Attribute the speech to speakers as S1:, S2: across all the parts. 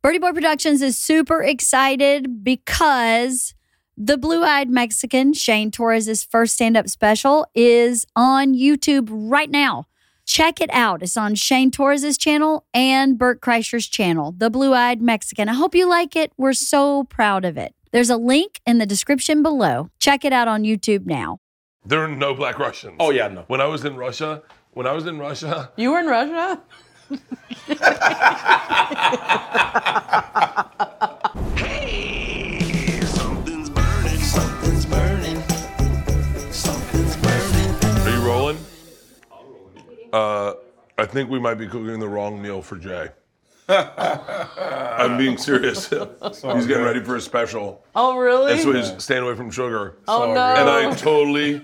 S1: Birdie Boy Productions is super excited because the blue eyed Mexican, Shane Torres's first stand up special, is on YouTube right now. Check it out. It's on Shane Torres's channel and Burt Kreischer's channel, The Blue Eyed Mexican. I hope you like it. We're so proud of it. There's a link in the description below. Check it out on YouTube now.
S2: There are no black Russians.
S3: Oh, yeah, no.
S2: When I was in Russia, when I was in Russia,
S4: You were in Russia?
S5: Something's burning. Something's burning. Something's burning.
S2: are you rolling? Uh, I think we might be cooking the wrong meal for Jay. I'm being serious. He's getting ready for a special.
S4: Oh, really?
S2: That's why he's staying away from sugar.
S4: oh, no.
S2: And I totally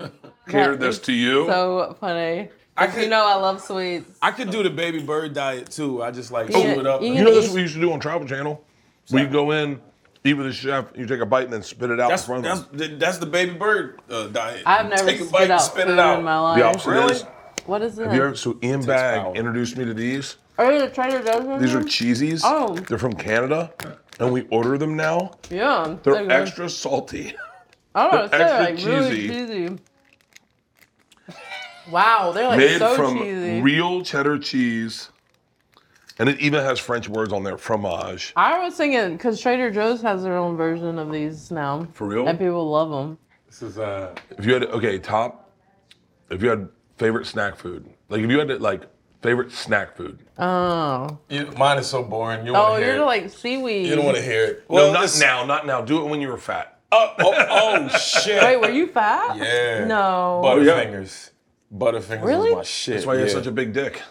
S2: catered this to you.
S4: so funny.
S3: I
S4: You
S3: could,
S4: know I love sweets.
S3: I could do the baby bird diet too. I just like
S4: You
S3: chew
S4: should-
S3: it up.
S4: you
S2: You
S3: and-
S2: know, that's what you should do on Travel Channel. Where you go in, eat with the chef, you take a bite and then spit it out
S3: That's
S2: in front of
S3: that's
S2: them.
S3: the, that's the baby bird uh, diet.
S4: I've never
S3: Take a
S4: spit
S3: bite
S4: out
S3: and spit
S4: food
S3: it out.
S4: in my life.
S2: The opposite
S3: Really?
S2: is.
S4: What is this?
S2: Have you ever, so Ian Bag
S3: power.
S2: introduced me to these.
S4: Are you the Trader Joe's? in
S2: These are
S4: here?
S2: cheesies.
S4: Oh.
S2: They're from Canada, and we order them now.
S4: yeah.
S2: They're
S4: good.
S2: extra salty.
S4: I don't know.
S2: they're
S4: They're like
S2: extra
S4: really cheesy. Wow, they're like
S2: Made
S4: so
S2: from
S4: cheesy.
S2: real cheddar cheese, and it even has French words on there, fromage.
S4: I was thinking because Trader Joe's has their own version of these now.
S2: For real?
S4: And people love them.
S3: This is uh,
S2: If you had okay, top. If you had favorite snack food, like if you had like favorite snack food,
S4: Oh.
S3: you, mine is so boring. You
S4: Oh,
S3: want to hear
S4: you're
S3: it.
S4: like seaweed.
S3: you don't want to hear it.
S2: no, not
S3: this-
S2: now, not now. Do it when you were fat.
S3: Oh, oh, oh, shit.
S4: Wait, were you fat?
S3: Yeah.
S4: No.
S3: Butterfingers. Butterfingers
S4: Really?
S3: is my shit.
S2: That's why he
S3: yeah.
S2: had such a big dick.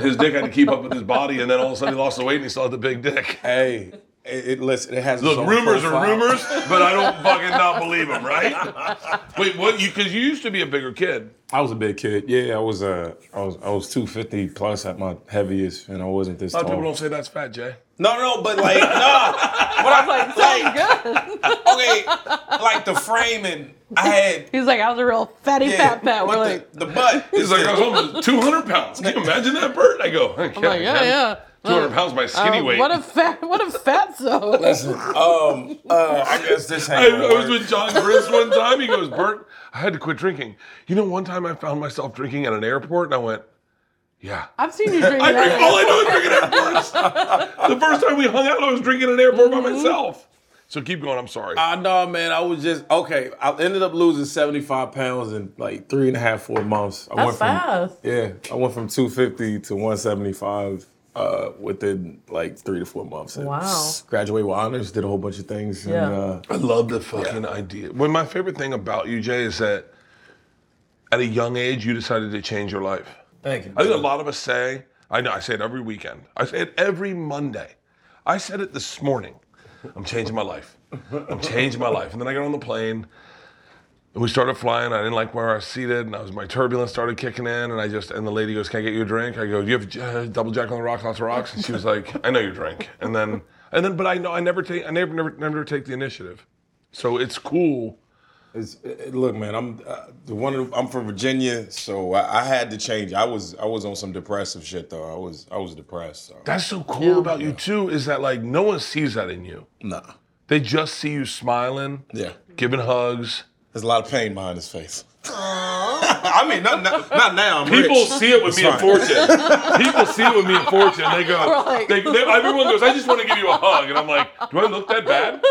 S2: his dick had to keep up with his body, and then all of a sudden he lost the weight and he still had the big dick.
S3: Hey, it, it listen. It has. its
S2: Look,
S3: own
S2: rumors are
S3: profile.
S2: rumors, but I don't fucking not believe them, right? Wait, what? You because you used to be a bigger kid.
S3: I was a big kid. Yeah, I was. Uh, I was. I was two fifty plus at my heaviest, and I wasn't this
S2: A lot
S3: tall.
S2: of people don't say that's fat, Jay.
S3: no, no, but like, nah. But I'm like,
S4: Sounds good.
S3: okay, like the framing. I had.
S4: He's like, I was a real fatty
S3: yeah,
S4: fat fat. We're
S3: but
S4: like,
S3: the, the butt.
S2: He's like, I was almost 200 pounds. Can you imagine that, Bert? I go, I'm
S4: I'm like, yeah, yeah.
S2: 200 pounds my skinny
S4: Uh,
S2: weight.
S4: What a fat, what a fat so.
S3: Listen, um, uh, I guess this ain't.
S2: I,
S3: gonna
S2: I was
S3: work.
S2: with John Brisk one time. He goes, Bert, I had to quit drinking. You know, one time I found myself drinking at an airport, and I went, yeah.
S4: I've seen you drink
S2: I drink, all I
S4: that.
S2: know is drinking airports. the first time we hung out, I was drinking at an airport by myself. So keep going. I'm sorry.
S3: I know, man. I was just okay. I ended up losing seventy five pounds in like three and a half, four months. I
S4: That's
S3: went from,
S4: fast.
S3: Yeah, I went from two fifty to one seventy five uh, within like three to four months. And
S4: Wow.
S3: Graduated with honors, did a whole bunch of things.
S4: Yeah.
S3: And, uh,
S2: I love the fucking idea. Well, my favorite thing about you, Jay, is that at a young age you decided to change your life.
S3: Thank you.
S2: I think a lot of us say, I know, I say it every weekend. I say it every Monday. I said it this morning. I'm changing my life. I'm changing my life. And then I got on the plane and we started flying. I didn't like where I was seated and I was, my turbulence started kicking in. And I just, and the lady goes, Can I get you a drink? I go, Do you have uh, double jack on the rock, lots of rocks? And she was like, I know you drink. And then, and then, but I know I never take, I never, never, never take the initiative. So it's cool.
S3: It's, it, it- look, man. I'm uh, the one. Of, I'm from Virginia, so I, I had to change. I was I was on some depressive shit though. I was I was depressed. So.
S2: That's so cool about you too, is that like no one sees that in you.
S3: Nah.
S2: They just see you smiling,
S3: Yeah.
S2: giving hugs.
S3: There's a lot of pain behind his face. I mean, not, not, not now. I'm
S2: People
S3: rich.
S2: see it with me in
S3: fine.
S2: Fortune. People see it with me in Fortune. They go,
S4: Right.
S2: they, they- everyone goes, I just want to give you a hug. And I'm like, do I look that bad?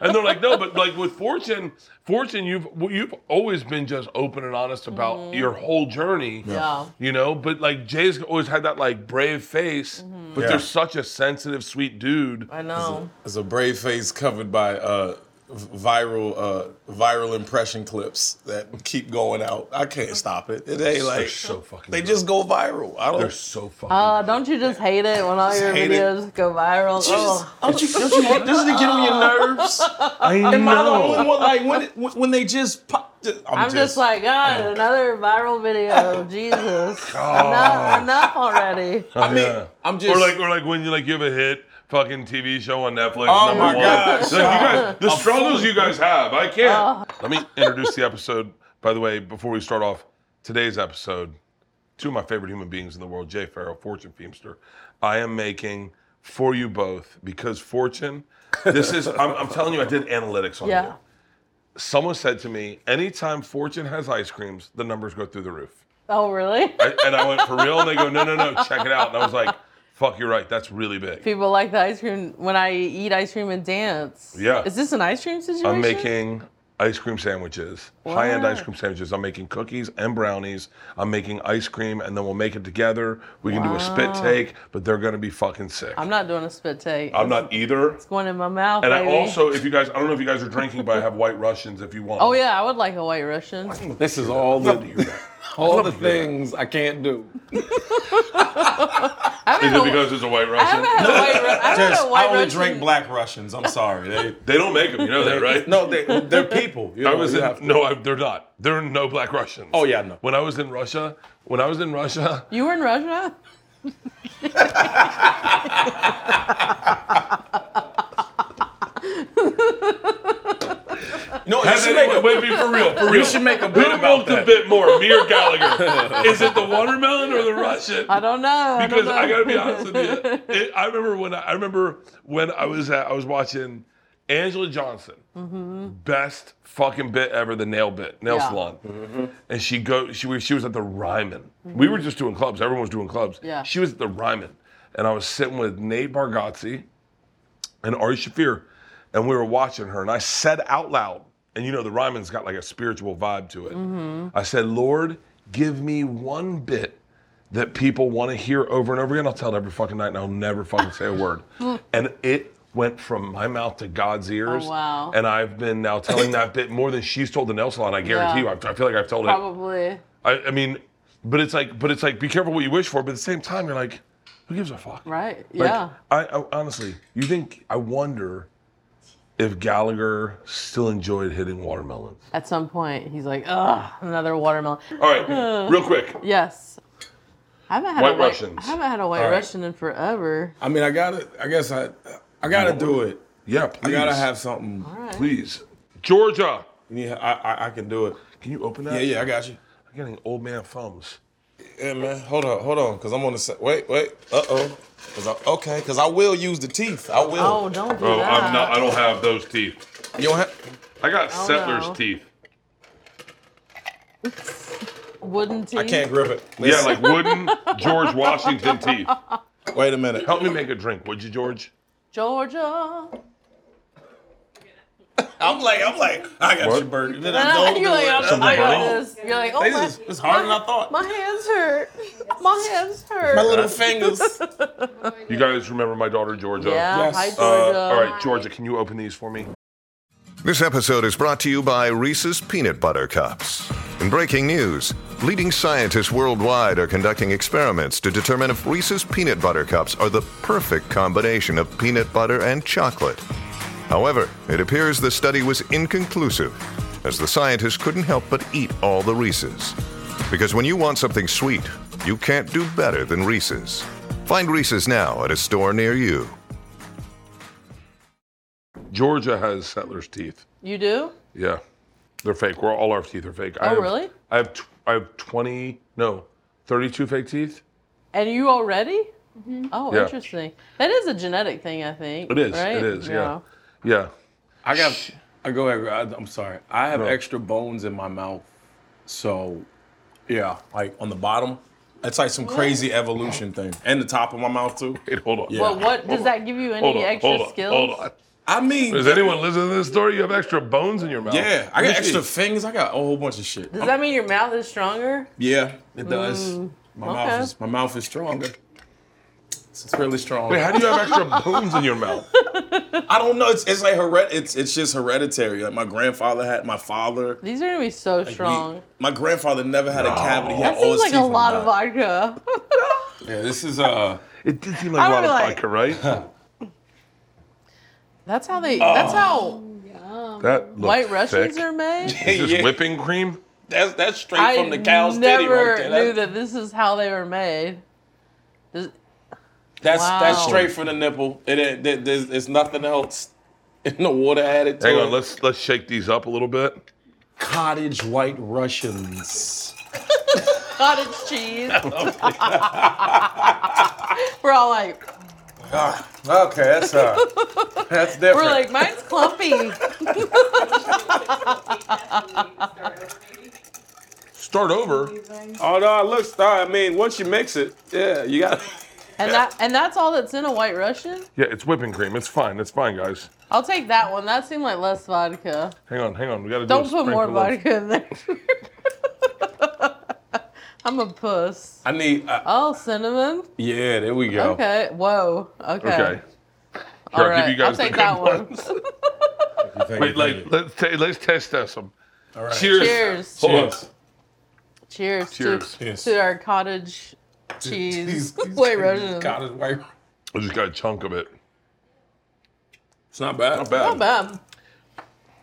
S2: And they're like, no, but like with Fortune, Fortune, you've you've always been just open and honest about your whole journey.
S4: Mm-hmm. Yeah.
S2: You know, but like Jay's always had that like brave face, but
S3: Mm-hmm. Yeah.
S2: they're such a sensitive, sweet dude.
S4: I know.
S3: It's a brave face covered by uh, viral uh, viral impression clips that keep going out. I can't stop it. It ain't like
S2: so fucking
S3: they just go viral. I don't.
S2: They're so fucking.
S4: Uh, don't you just hate it when all your
S3: hate it.
S4: videos go viral?
S3: Jesus,
S4: Oh.
S3: don't you, don't you want- doesn't it get on your nerves?
S2: I
S3: Am I the only
S2: know.
S3: one like when it, when when they just pop? I'm,
S4: I'm just like,
S2: Oh,
S4: God, another viral video. Jesus. Enough, enough already.
S3: I
S2: Oh,
S3: mean,
S2: Yeah.
S3: I'm just
S2: or like, or like when you like you have a hit fucking TV show on Netflix.
S3: Oh
S2: number
S3: my
S2: one.
S3: gosh. Oh.
S2: Like, you guys, the struggles you guys have, I can't. Let me introduce the episode. By the way, before we start off today's episode, two of my favorite human beings in the world, Jay Farrell, Fortune Feemster. I am making for you both because Fortune. This is. I'm, I'm telling you, I did analytics on
S4: Yeah.
S2: you. Someone said to me, anytime Fortune has ice creams, the numbers go through the roof.
S4: Oh, really?
S2: I- and I went for real, and they go, no, no, no, check it out. And I was like, fuck, you're right. That's really big.
S4: People like the ice cream when I eat ice cream and dance.
S2: Yeah.
S4: Is this an ice cream situation?
S2: I'm making ice cream sandwiches, high-end ice cream sandwiches. I'm making cookies and brownies. I'm making ice cream, and then we'll make it together. We can do a spit take, but they're gonna be fucking sick.
S4: I'm not doing a spit take.
S2: I'm not either.
S4: It's going in my mouth.
S2: And I
S4: baby.
S2: also, if you guys, I don't know if you guys are drinking, but I have White Russians if you want.
S4: Oh yeah, I would like a white Russian.
S6: This is all
S2: Love to hear
S6: the
S2: that.
S6: all the things I can't do.
S4: I haven't
S2: Is
S4: had
S2: it
S4: a-
S2: because it's a White
S4: I
S2: Russian?
S4: haven't had a white, Ru- I haven't
S3: Just,
S4: had a white
S3: I only
S4: Russian.
S3: drink black Russians. I'm sorry. They,
S2: They don't make them, you know that, right?
S3: No, they, they're people. You
S2: I
S3: know,
S2: was
S3: you
S2: in,
S3: have to-
S2: no, I, they're not. There are no black Russians.
S3: Oh, yeah, no.
S2: When I was in Russia, when I was in Russia,
S4: You were in Russia?
S3: No, you
S2: Has
S3: should make
S2: anyone,
S3: a
S2: wait, wait, for real, for real.
S3: You should make a bit
S2: Who
S3: about
S2: milked a
S3: that.
S2: bit more, me or Gallagher? Is it the watermelon or the Russian?
S4: I don't know.
S2: because I,
S4: I,
S2: gotta
S4: don't know.
S2: be honest with you, it, I remember when I, I remember when I was at, I was watching Angela Johnson, best fucking bit ever, the nail bit, nail
S4: Mm-hmm. Yeah.
S2: salon, and she go she was she was at the Ryman. We were just doing clubs, everyone was doing clubs.
S4: Yeah.
S2: she was at the Ryman, and I was sitting with Nate Bargatze and Ari Shafir, and we were watching her, and I said out loud, and you know the Ryman's got like a spiritual vibe to
S4: Mm-hmm.
S2: it. I said, Lord, give me one bit that people want to hear over and over again. I'll tell it every fucking night, and I'll never fucking say a word. And it went from my mouth to God's ears.
S4: Oh, wow.
S2: And I've been now telling that bit more than she's told the nail salon. I guarantee
S4: Yeah.
S2: you. I, I feel like I've told it.
S4: Probably.
S2: I, I mean, but it's like, but it's like, be careful what you wish for. But at the same time, you're like, who gives a fuck?
S4: Right.
S2: Like,
S4: yeah.
S2: I, I honestly, you think I wonder if Gallagher still enjoyed hitting watermelons.
S4: At some point, he's like, ugh, another watermelon.
S2: All right, real quick.
S4: Yes. I haven't had a
S2: White
S4: white
S2: Russians.
S4: I haven't had a white
S3: right.
S4: Russian in forever.
S3: I mean, I gotta. I guess I. I gotta do it.
S2: Yeah, please.
S3: I gotta have something.
S2: Please, Georgia.
S3: Yeah, I, I, I can do it.
S2: Can you open that?
S3: Yeah, yeah, I got you.
S2: I'm getting old man thumbs.
S3: Yeah, man. Hold on, hold on, cause I'm on the set. Wait, wait. Uh oh. Cause I, okay, cause I will use the teeth. I will.
S4: Oh, don't do
S2: Oh,
S4: that.
S2: I'm not. I don't have those teeth.
S4: Oh.
S3: You don't have.
S2: I got settler's
S4: no.
S2: teeth.
S4: Wooden teeth.
S3: I can't grip it.
S2: Yeah, like wooden George Washington teeth.
S3: like. Wait a minute.
S2: Help me make a drink, would you, George?
S4: Georgia.
S3: I'm like, I'm like, I got
S2: What?
S3: your burger. Then I don't do
S4: You're like,
S3: it.
S4: I'm
S2: Something
S4: I got
S2: wrong?
S4: this. You're like, oh,
S3: They
S4: my,
S3: just- it's harder than I thought.
S4: my hands hurt. My hands hurt.
S3: My little fingers.
S2: You guys remember my daughter Georgia?
S4: yeah.
S3: Yes.
S4: Hi,
S3: Uh,
S4: Georgia.
S2: Uh, all right, Georgia, can you open these for me?
S7: This episode is brought to you by Reese's Peanut Butter Cups. In breaking news, leading scientists worldwide are conducting experiments to determine if Reese's Peanut Butter Cups are the perfect combination of peanut butter and chocolate. However, it appears the study was inconclusive, as the scientists couldn't help but eat all the Reese's. Because when you want something sweet, you can't do better than Reese's. Find Reese's now at a store near you.
S2: Georgia has settler's teeth.
S4: You do?
S2: Yeah, they're fake. We're all our teeth are fake. I
S4: Oh,
S2: have-
S4: really?
S2: I have tw- I have 20 no 32 fake teeth.
S4: And you already? Oh,
S2: Yeah.
S4: interesting. That is a genetic thing, I think.
S2: It is.
S4: Right?
S2: It is. Yeah. Yeah.
S6: I got. I go ahead. I, I'm sorry. I have extra bones in my mouth, so yeah.
S3: like on the bottom. It's like some crazy evolution thing. And the top of my mouth too.
S2: Wait, hold on.
S3: Yeah.
S4: But what does that give you any
S2: Hold on.
S4: extra
S2: hold on.
S4: skills?
S2: Hold on.
S3: I mean,
S2: Is anyone listening to this story? You have extra bones in your
S6: Oh,
S2: mouth.
S3: yeah,
S2: Let
S3: I got
S2: me
S3: extra
S2: see.
S3: fingers. I got a whole bunch of shit.
S4: Does that mean your mouth is stronger?
S3: Yeah, it does. my
S4: okay.
S3: mouth is my mouth is stronger. It's really strong.
S2: Wait, how do you have extra bones in your mouth?
S3: I don't know. It's, it's like hered- it's it's just hereditary. Like my grandfather had my father.
S4: These are gonna be so
S3: Like, we-
S4: strong.
S3: my grandfather never had a cavity. He had
S4: that
S3: all
S4: seems like a
S3: his teeth on
S4: lot
S3: the
S4: of
S3: back.
S4: vodka.
S6: Yeah, this is uh
S2: It did seem like a
S4: I
S2: lot of
S4: would like- um,
S2: vodka, right?
S4: That's how they. That's how
S2: That looks
S4: white Russians
S2: Oh, thick.
S4: are made.
S2: Is this
S3: Yeah.
S2: whipping cream?
S3: That's that's straight
S4: I
S3: from the cow's titty
S4: never
S3: right there.
S4: knew
S3: That's-
S4: that this is how they were made. Does-
S3: That's that's
S4: Wow.
S3: straight from the nipple. It ain't there- there's, there's nothing else in the water added to
S2: Hang
S3: it.
S2: on, let's let's shake these up a little bit.
S6: cottage white Russians.
S4: cottage cheese.
S2: Oh,
S4: we're all like,
S6: Okay, that's uh that's different.
S4: we're like, mine's clumpy.
S2: Start over.
S3: Although it looks, I mean, once you mix it, yeah, you got.
S4: And that and that's all that's in a white Russian.
S2: Yeah, it's whipping cream. It's fine. It's fine, guys.
S4: I'll take that one. That seemed like less vodka.
S2: Hang on, hang on. We gotta
S4: Don't
S2: do a
S4: put more
S2: sprinkle of-
S4: vodka in there. I'm a puss.
S6: I need uh,
S4: Oh, cinnamon.
S6: yeah, there we go.
S4: Okay. Whoa. Okay.
S2: Okay.
S4: All
S2: I'll give you
S4: right. I'll
S2: guys the
S4: take
S2: good
S4: that one.
S2: ones.
S6: Thank you,
S2: Wait,
S6: thank
S2: like,
S6: you.
S2: let's, ta- let's test test them.
S6: All right.
S2: Cheers.
S4: Cheers.
S2: Hold on.
S6: Cheers.
S4: Cheers.
S2: Cheers.
S4: To,
S6: Cheers.
S4: to our cottage cheese.
S6: These- these
S4: White
S6: cottage-
S4: Russian.
S6: Cottage white.
S2: I just got a chunk of it.
S6: It's not bad.
S2: Not bad.
S4: Not bad.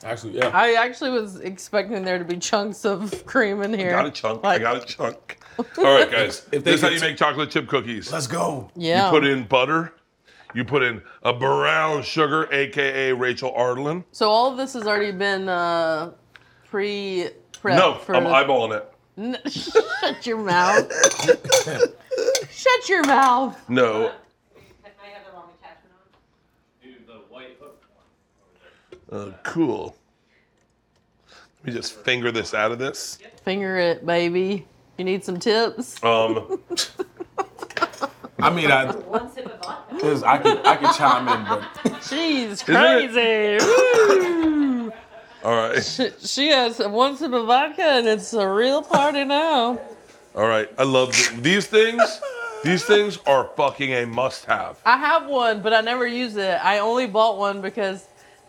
S6: Actually, yeah.
S4: I actually was expecting there to be chunks of cream in here.
S2: I got a chunk.
S4: Like-
S2: I got a chunk. All right, guys.
S6: If they
S2: this is how
S6: could-
S2: you make chocolate chip cookies.
S6: Let's go.
S4: Yeah.
S2: You put in butter. You put in a brown sugar, aka Rachel Arlen.
S4: So all of this has already been uh, pre prepped.
S2: No, um,
S4: for
S2: I'm
S4: the-
S2: eyeballing it.
S4: Shut your mouth. Shut your mouth.
S2: No. Oh, cool. Let me just finger this out of this.
S4: Finger it, baby. You need some tips?
S2: Um,
S6: I mean, I. One sip of vodka. I could, I could chime in, but
S4: She's
S2: it-
S4: crazy. Woo!
S2: all right,
S4: She- she has one sip of vodka and it's a real party now.
S2: all right. I love th- these things. These things are fucking a must-have.
S4: I have one, but I never use it. I only bought one because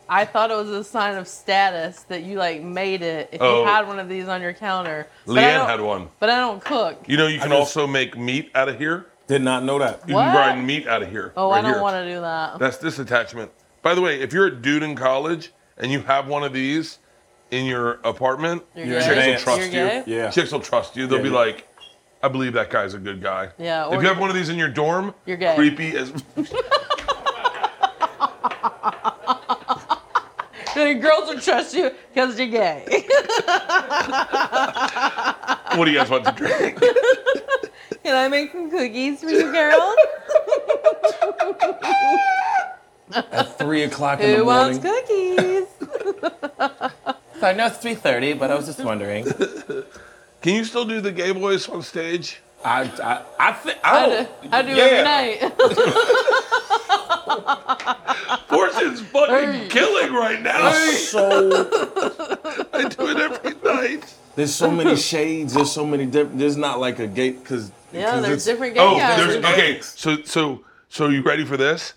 S4: I thought it was a sign of status that you like made it if
S2: Oh.
S4: you had one of these on your counter. But I
S2: Leanne
S4: don't-
S2: had one.
S4: But I don't cook.
S2: You know, you can
S6: just-
S2: also make meat out of here.
S6: did not know that.
S2: You can
S4: What?
S2: grind meat out of here.
S4: Oh, I
S2: right
S4: don't
S2: here.
S4: want to do that.
S2: That's this attachment. By the way, if you're a dude in college and you have one of these in your apartment,
S4: You're
S2: chicks
S4: gay.
S2: will
S4: You're
S2: trust you.
S4: gay?
S6: Yeah.
S2: Chicks will trust you. They'll
S6: Yeah,
S2: be
S6: yeah.
S2: like, I believe that guy's a good guy.
S4: Yeah,
S2: If
S4: or-
S2: you have one of these in your dorm,
S4: You're gay.
S2: creepy as
S4: The girls will trust you because you're gay.
S2: what do you guys want to drink?
S4: Can I make some cookies for you, girls?
S6: At three o'clock in the
S4: Who wants
S6: morning.
S4: cookies?
S8: I know it's 3:30, but I was just wondering.
S2: Can you still do the gay voice on stage?
S6: I, I, I think I
S4: I
S6: don't.
S4: do, I do
S6: Yeah.
S4: every night.
S2: Fortune's fucking killing right now.
S6: So
S2: I do it every night.
S6: there's so many shades. There's so many different. There's not like a gate because
S4: Yeah, there's different gay
S2: Oh,
S4: guys.
S2: there's okay. So so so you ready for this?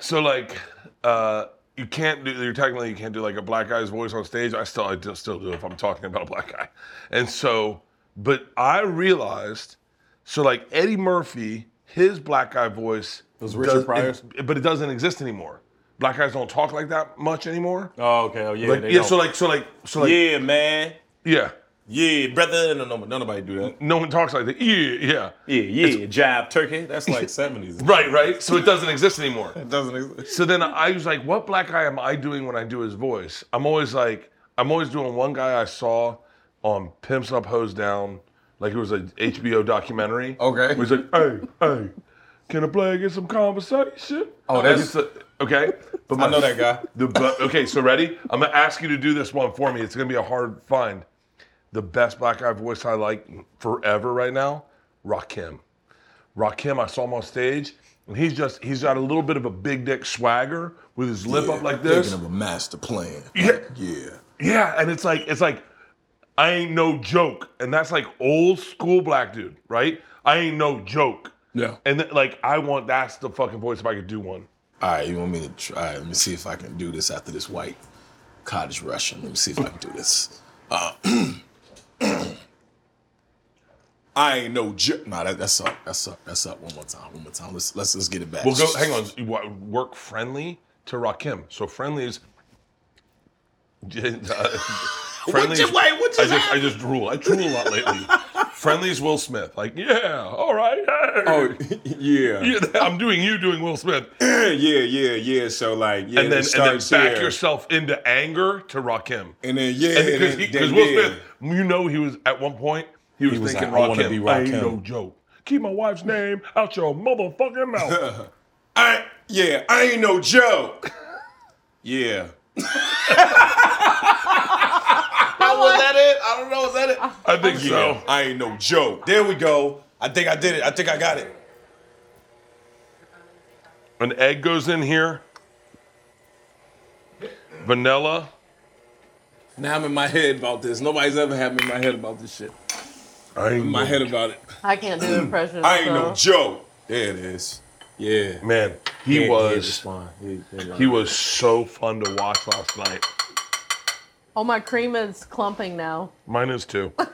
S2: So like uh you can't do you're technically you can't do like a black guy's voice on stage. I still I do- still do if I'm talking about a black guy. And so but I realized so like Eddie Murphy, his black guy voice
S6: Was Richard
S2: does-
S6: Pryor's?
S2: it- but it doesn't exist anymore. Black guys don't talk like that much anymore.
S6: Oh, okay. Oh, yeah.
S2: like,
S6: they
S2: yeah,
S6: don't.
S2: so like so like so like
S6: yeah, man.
S2: yeah.
S6: Yeah, brother. No, no, no, nobody do that.
S2: No one talks like that. Yeah, yeah.
S6: Yeah, yeah. Jab turkey. That's like seventies.
S2: Right, right. So it doesn't exist anymore.
S6: Doesn't exist.
S2: So then I was like, what black guy am I doing when I do his voice? I'm always like, I'm always doing one guy I saw on Pimps Up Hose Down, like it was a HBO documentary.
S6: Okay.
S2: He was like, hey, hey, can I play and get some conversation?
S6: Oh, that's-
S2: Like, it's a- okay. But
S6: I know that guy.
S2: The, but, okay, so ready? I'm gonna ask you to do this one for me. It's gonna be a hard find. The best black guy voice I like forever right now, Rakim. Rakim, I saw him on stage, and he's just he's got a little bit of a big dick swagger with his lip up like this.
S3: Thinking of a master plan.
S2: Yeah,
S3: Yeah.
S2: yeah, and it's like it's like I ain't no joke, and that's like old school black dude, right? I ain't no joke,
S6: Yeah.
S2: and th- like I want that's the fucking voice if I could do one.
S3: all right, you want me to try? All right, let me see if I can do this after this white cottage Russian. Let me see if I can do this. Uh, I ain't no jerk. Nah, that, that's up. That's up. That's up. One more time. One more time. Let's let's let's get it back.
S2: We'll go. Hang on. You wa- Work friendly to Rakim. So friendly is. Uh, friendly.
S3: you-
S2: is-
S3: wait, what
S2: I
S3: just
S2: just, I just drool. I drool a lot lately. friendly is Will Smith. Like, yeah, all right.
S6: Oh, yeah.
S2: Yeah, I'm doing you doing Will Smith,
S3: Yeah, yeah, yeah, yeah. So like, yeah,
S2: and then
S3: it
S2: and then
S3: starts
S2: back
S3: here.
S2: yourself into anger to Rakim.
S3: and then yeah,
S2: And because
S3: and then,
S2: he-
S3: then,
S2: 'cause Will
S3: yeah.
S2: Smith, you know, he was at one point he was,
S3: was
S2: thinking
S3: like, I
S2: Rakim.
S3: wanna be
S2: I ain't
S3: Rakim."
S2: no joke. Keep my wife's name out your motherfucking mouth.
S3: I yeah, I ain't no joke. yeah. was that it? I don't know. Was that it?
S2: I think
S3: Yeah,
S2: so.
S3: I ain't no joke. There we go. I think I did it. I think I got it.
S2: An egg goes in here. Vanilla.
S6: Now I'm in my head about this. Nobody's ever had me in my head about this shit.
S2: I ain't
S6: My head about it.
S4: I can't do impressions.
S3: I ain't no
S4: so.
S3: joke. There it is. Yeah.
S2: Man, he was he
S3: He
S2: was so fun to watch last night.
S4: Oh, my cream is clumping now.
S2: Mine is too. but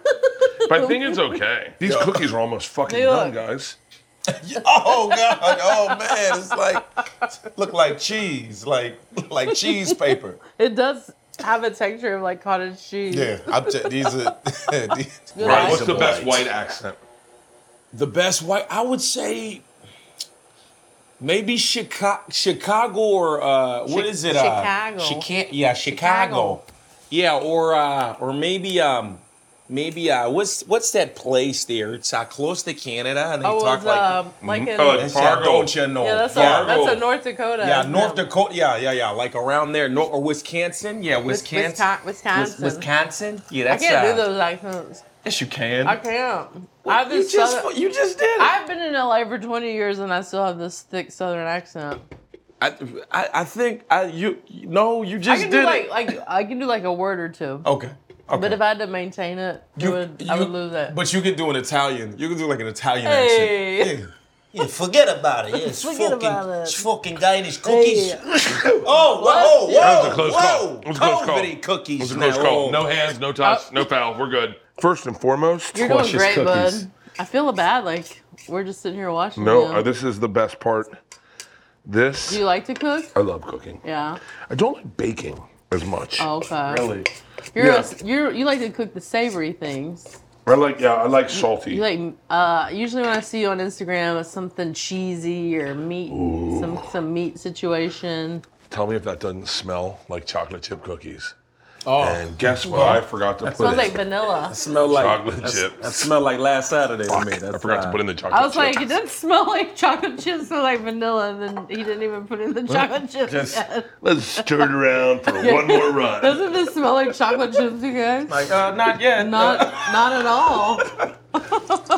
S2: I think it's okay. These cookies are almost fucking
S4: They
S2: done,
S4: look-
S2: guys.
S3: Oh god. Oh man. It's like look like cheese. Like like cheese paper.
S4: It does have a texture of like cottage cheese.
S3: Yeah. I'm t- these are. these,
S4: Good
S2: All right,
S4: eyes.
S2: what's the best
S3: Right.
S2: white accent?
S6: The best white, I would say, maybe Chicago, Chicago or uh, what
S4: Chi-
S6: is it?
S4: Chicago.
S6: Uh, Chica- yeah, Chicago. Yeah, or uh, or maybe um, maybe uh, what's what's that place there? It's uh, close to Canada, and they
S4: Oh,
S6: talk
S4: it's,
S6: like
S4: uh, like in,
S2: Oh, it's-
S3: That's
S2: Fargo.
S3: how Don't you know?
S4: yeah, that's a,
S3: Fargo.
S4: that's a North uh, Dakota.
S6: yeah, North
S4: No.
S6: Dakota. Yeah, yeah, yeah, like around there, Nor- or Wisconsin. Yeah,
S4: Wis-
S6: Wisconsin.
S4: Wisco-
S6: Wis-
S4: Wisconsin.
S6: Wisconsin. Yeah,
S4: I
S6: that's.
S4: can't
S6: uh,
S4: do those accents.
S6: Yes, you can.
S4: I can't. I've been
S6: you just
S4: southern-
S6: you just did. It.
S4: I've been in LA for 20 years and I still have this thick Southern accent.
S6: I, I, I think I you no you
S4: I
S6: just
S4: can
S6: did
S4: do
S6: it.
S4: like like I can do like a word or two,
S3: Okay. Okay.
S4: but if I had to maintain it, it would, I would lose that.
S3: But you could do an Italian. You could do like an Italian
S4: Hey.
S3: accent. Yeah.
S8: Yeah, forget about it. Yeah, it's
S4: Forget
S8: fucking,
S4: about it.
S8: It's fucking guy and his cookies.
S4: Hey.
S8: Oh, whoa, whoa,
S2: That was a close call.
S8: whoa!
S2: That was a close call.
S8: Comedy cookies.
S2: It was a close
S8: now.
S2: call. No hands, no touch, no foul. We're good. First and foremost,
S4: Uh, You're doing
S6: Cautious
S4: great,
S6: cookies.
S4: bud. I feel bad. Like we're just sitting here watching.
S2: no,
S4: you.
S2: uh, this is the best part. This
S4: Do you like to cook?
S2: I love cooking.
S4: Yeah.
S2: I don't like baking as much.
S4: Oh, okay.
S6: Really?
S4: You're,
S2: Yeah.
S4: a, you're you like to cook the savory things.
S2: I like yeah, I like salty.
S4: You like uh, usually when I see you on Instagram, it's something cheesy or meat, some some meat situation.
S2: Tell me if that doesn't smell like chocolate chip cookies.
S6: Oh,
S2: And guess what? I forgot to put
S4: Smells
S2: in.
S4: like vanilla.
S6: smell like
S2: Chocolate
S6: that's-
S2: chips.
S6: That smelled like last Saturday to me.
S2: I forgot to put in the chocolate.
S4: I was like,
S2: chip.
S4: it doesn't smell like chocolate chips, smell like vanilla, and then he didn't even put in the chocolate chips.
S6: just-
S4: yet.
S2: let's stir it around for one more run.
S4: Doesn't this smell like chocolate chips, you guys?
S6: Like, uh, not yet.
S4: not not at all.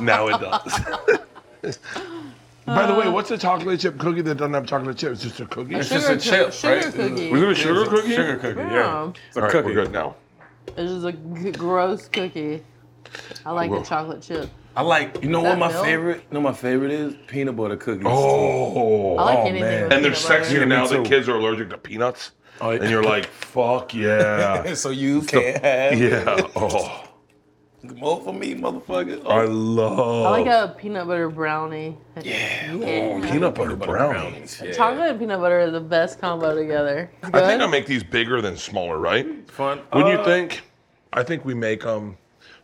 S2: now it does. By the
S4: Uh,
S2: way, what's a chocolate chip cookie that doesn't have chocolate chip? It's just a cookie.
S6: It's
S2: Was
S6: just a
S4: Sugar
S6: chip,
S4: coo-
S6: right?
S4: sugar cookie.
S2: it a sugar
S6: It's a
S2: cookie?
S6: Sugar cookie. Yeah.
S4: Yeah.
S6: It's a
S2: All right,
S6: cookie.
S2: we're good now.
S4: It's just a g- gross cookie. I like
S2: Whoa.
S4: the chocolate chip.
S6: I like. You know
S4: that
S6: what my
S4: milk?
S6: favorite? You know my favorite is peanut butter cookies.
S2: Oh,
S4: I like
S6: Oh,
S4: anything.
S6: man.
S4: with
S2: and they're
S4: peanut butter.
S2: sexier now that
S6: too.
S2: kids are allergic to peanuts.
S6: Oh, yeah.
S2: and you're like, fuck yeah,
S3: So you can't have
S2: yeah. Oh,
S3: more for me, motherfucker.
S2: I love
S4: I like a peanut butter brownie. Yeah.
S2: peanut butter brownies.
S4: Chocolate and peanut butter are the best combo together. Good? Uh,
S2: I think I make these bigger than smaller, right?
S6: Fun.
S2: Wouldn't you think? I think we make um.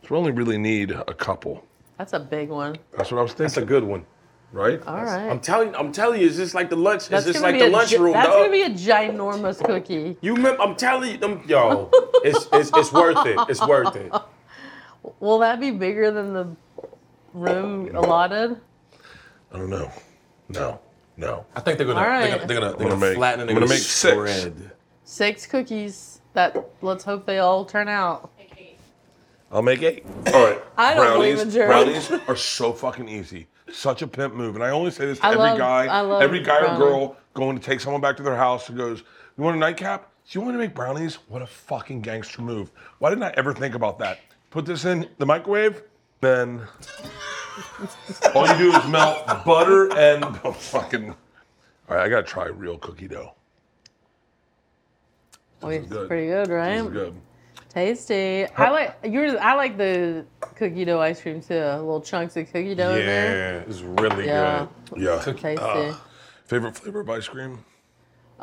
S2: So we only really need a couple.
S4: That's a big one.
S2: That's what I was
S6: That's a
S2: thinking,
S6: good one.
S2: right?
S4: All right.
S6: I'm telling. I'm telling you, it's just like the lunch.
S4: that's
S6: it's just
S4: gonna
S6: like
S4: be
S6: the
S4: a gi-
S6: lunchroom,
S4: That's
S6: dog.
S4: gonna be a ginormous cookie.
S6: you remember? I'm telling you, them, yo, it's, it's it's worth it. It's worth it.
S4: Will that be bigger than the room allotted?
S2: I don't know. No, no.
S3: I think they're gonna.
S4: All
S3: they're
S4: right.
S3: gonna- They're gonna.
S2: I'm
S3: They're
S2: gonna
S3: gonna
S2: make-
S3: flatten it.
S2: I'm gonna
S3: They're
S2: make six.
S3: spread.
S4: Six cookies. That let's hope they all turn out.
S2: I'll make eight. All right.
S4: I don't believe in germs.
S2: Brownies are so fucking easy. Such a pimp move. And I only say this to
S4: I
S2: every
S4: love-
S2: guy,
S4: I love
S2: every guy or
S4: brownies.
S2: girl going to take someone back to their house who goes, You want a nightcap? Do you want to make brownies? What a fucking gangster move. Why didn't I ever think about that? Put this in the microwave, then all you do is melt butter and oh, fucking. All right, I gotta try real cookie dough.
S4: Wait,
S2: good.
S4: pretty good, right?
S2: This is good.
S4: Tasty. I like yours. I like the cookie dough ice cream too. Little chunks of cookie dough in there.
S3: Yeah, it's really
S4: Yeah.
S2: Yeah.
S4: Tasty.
S2: Favorite flavor of ice cream?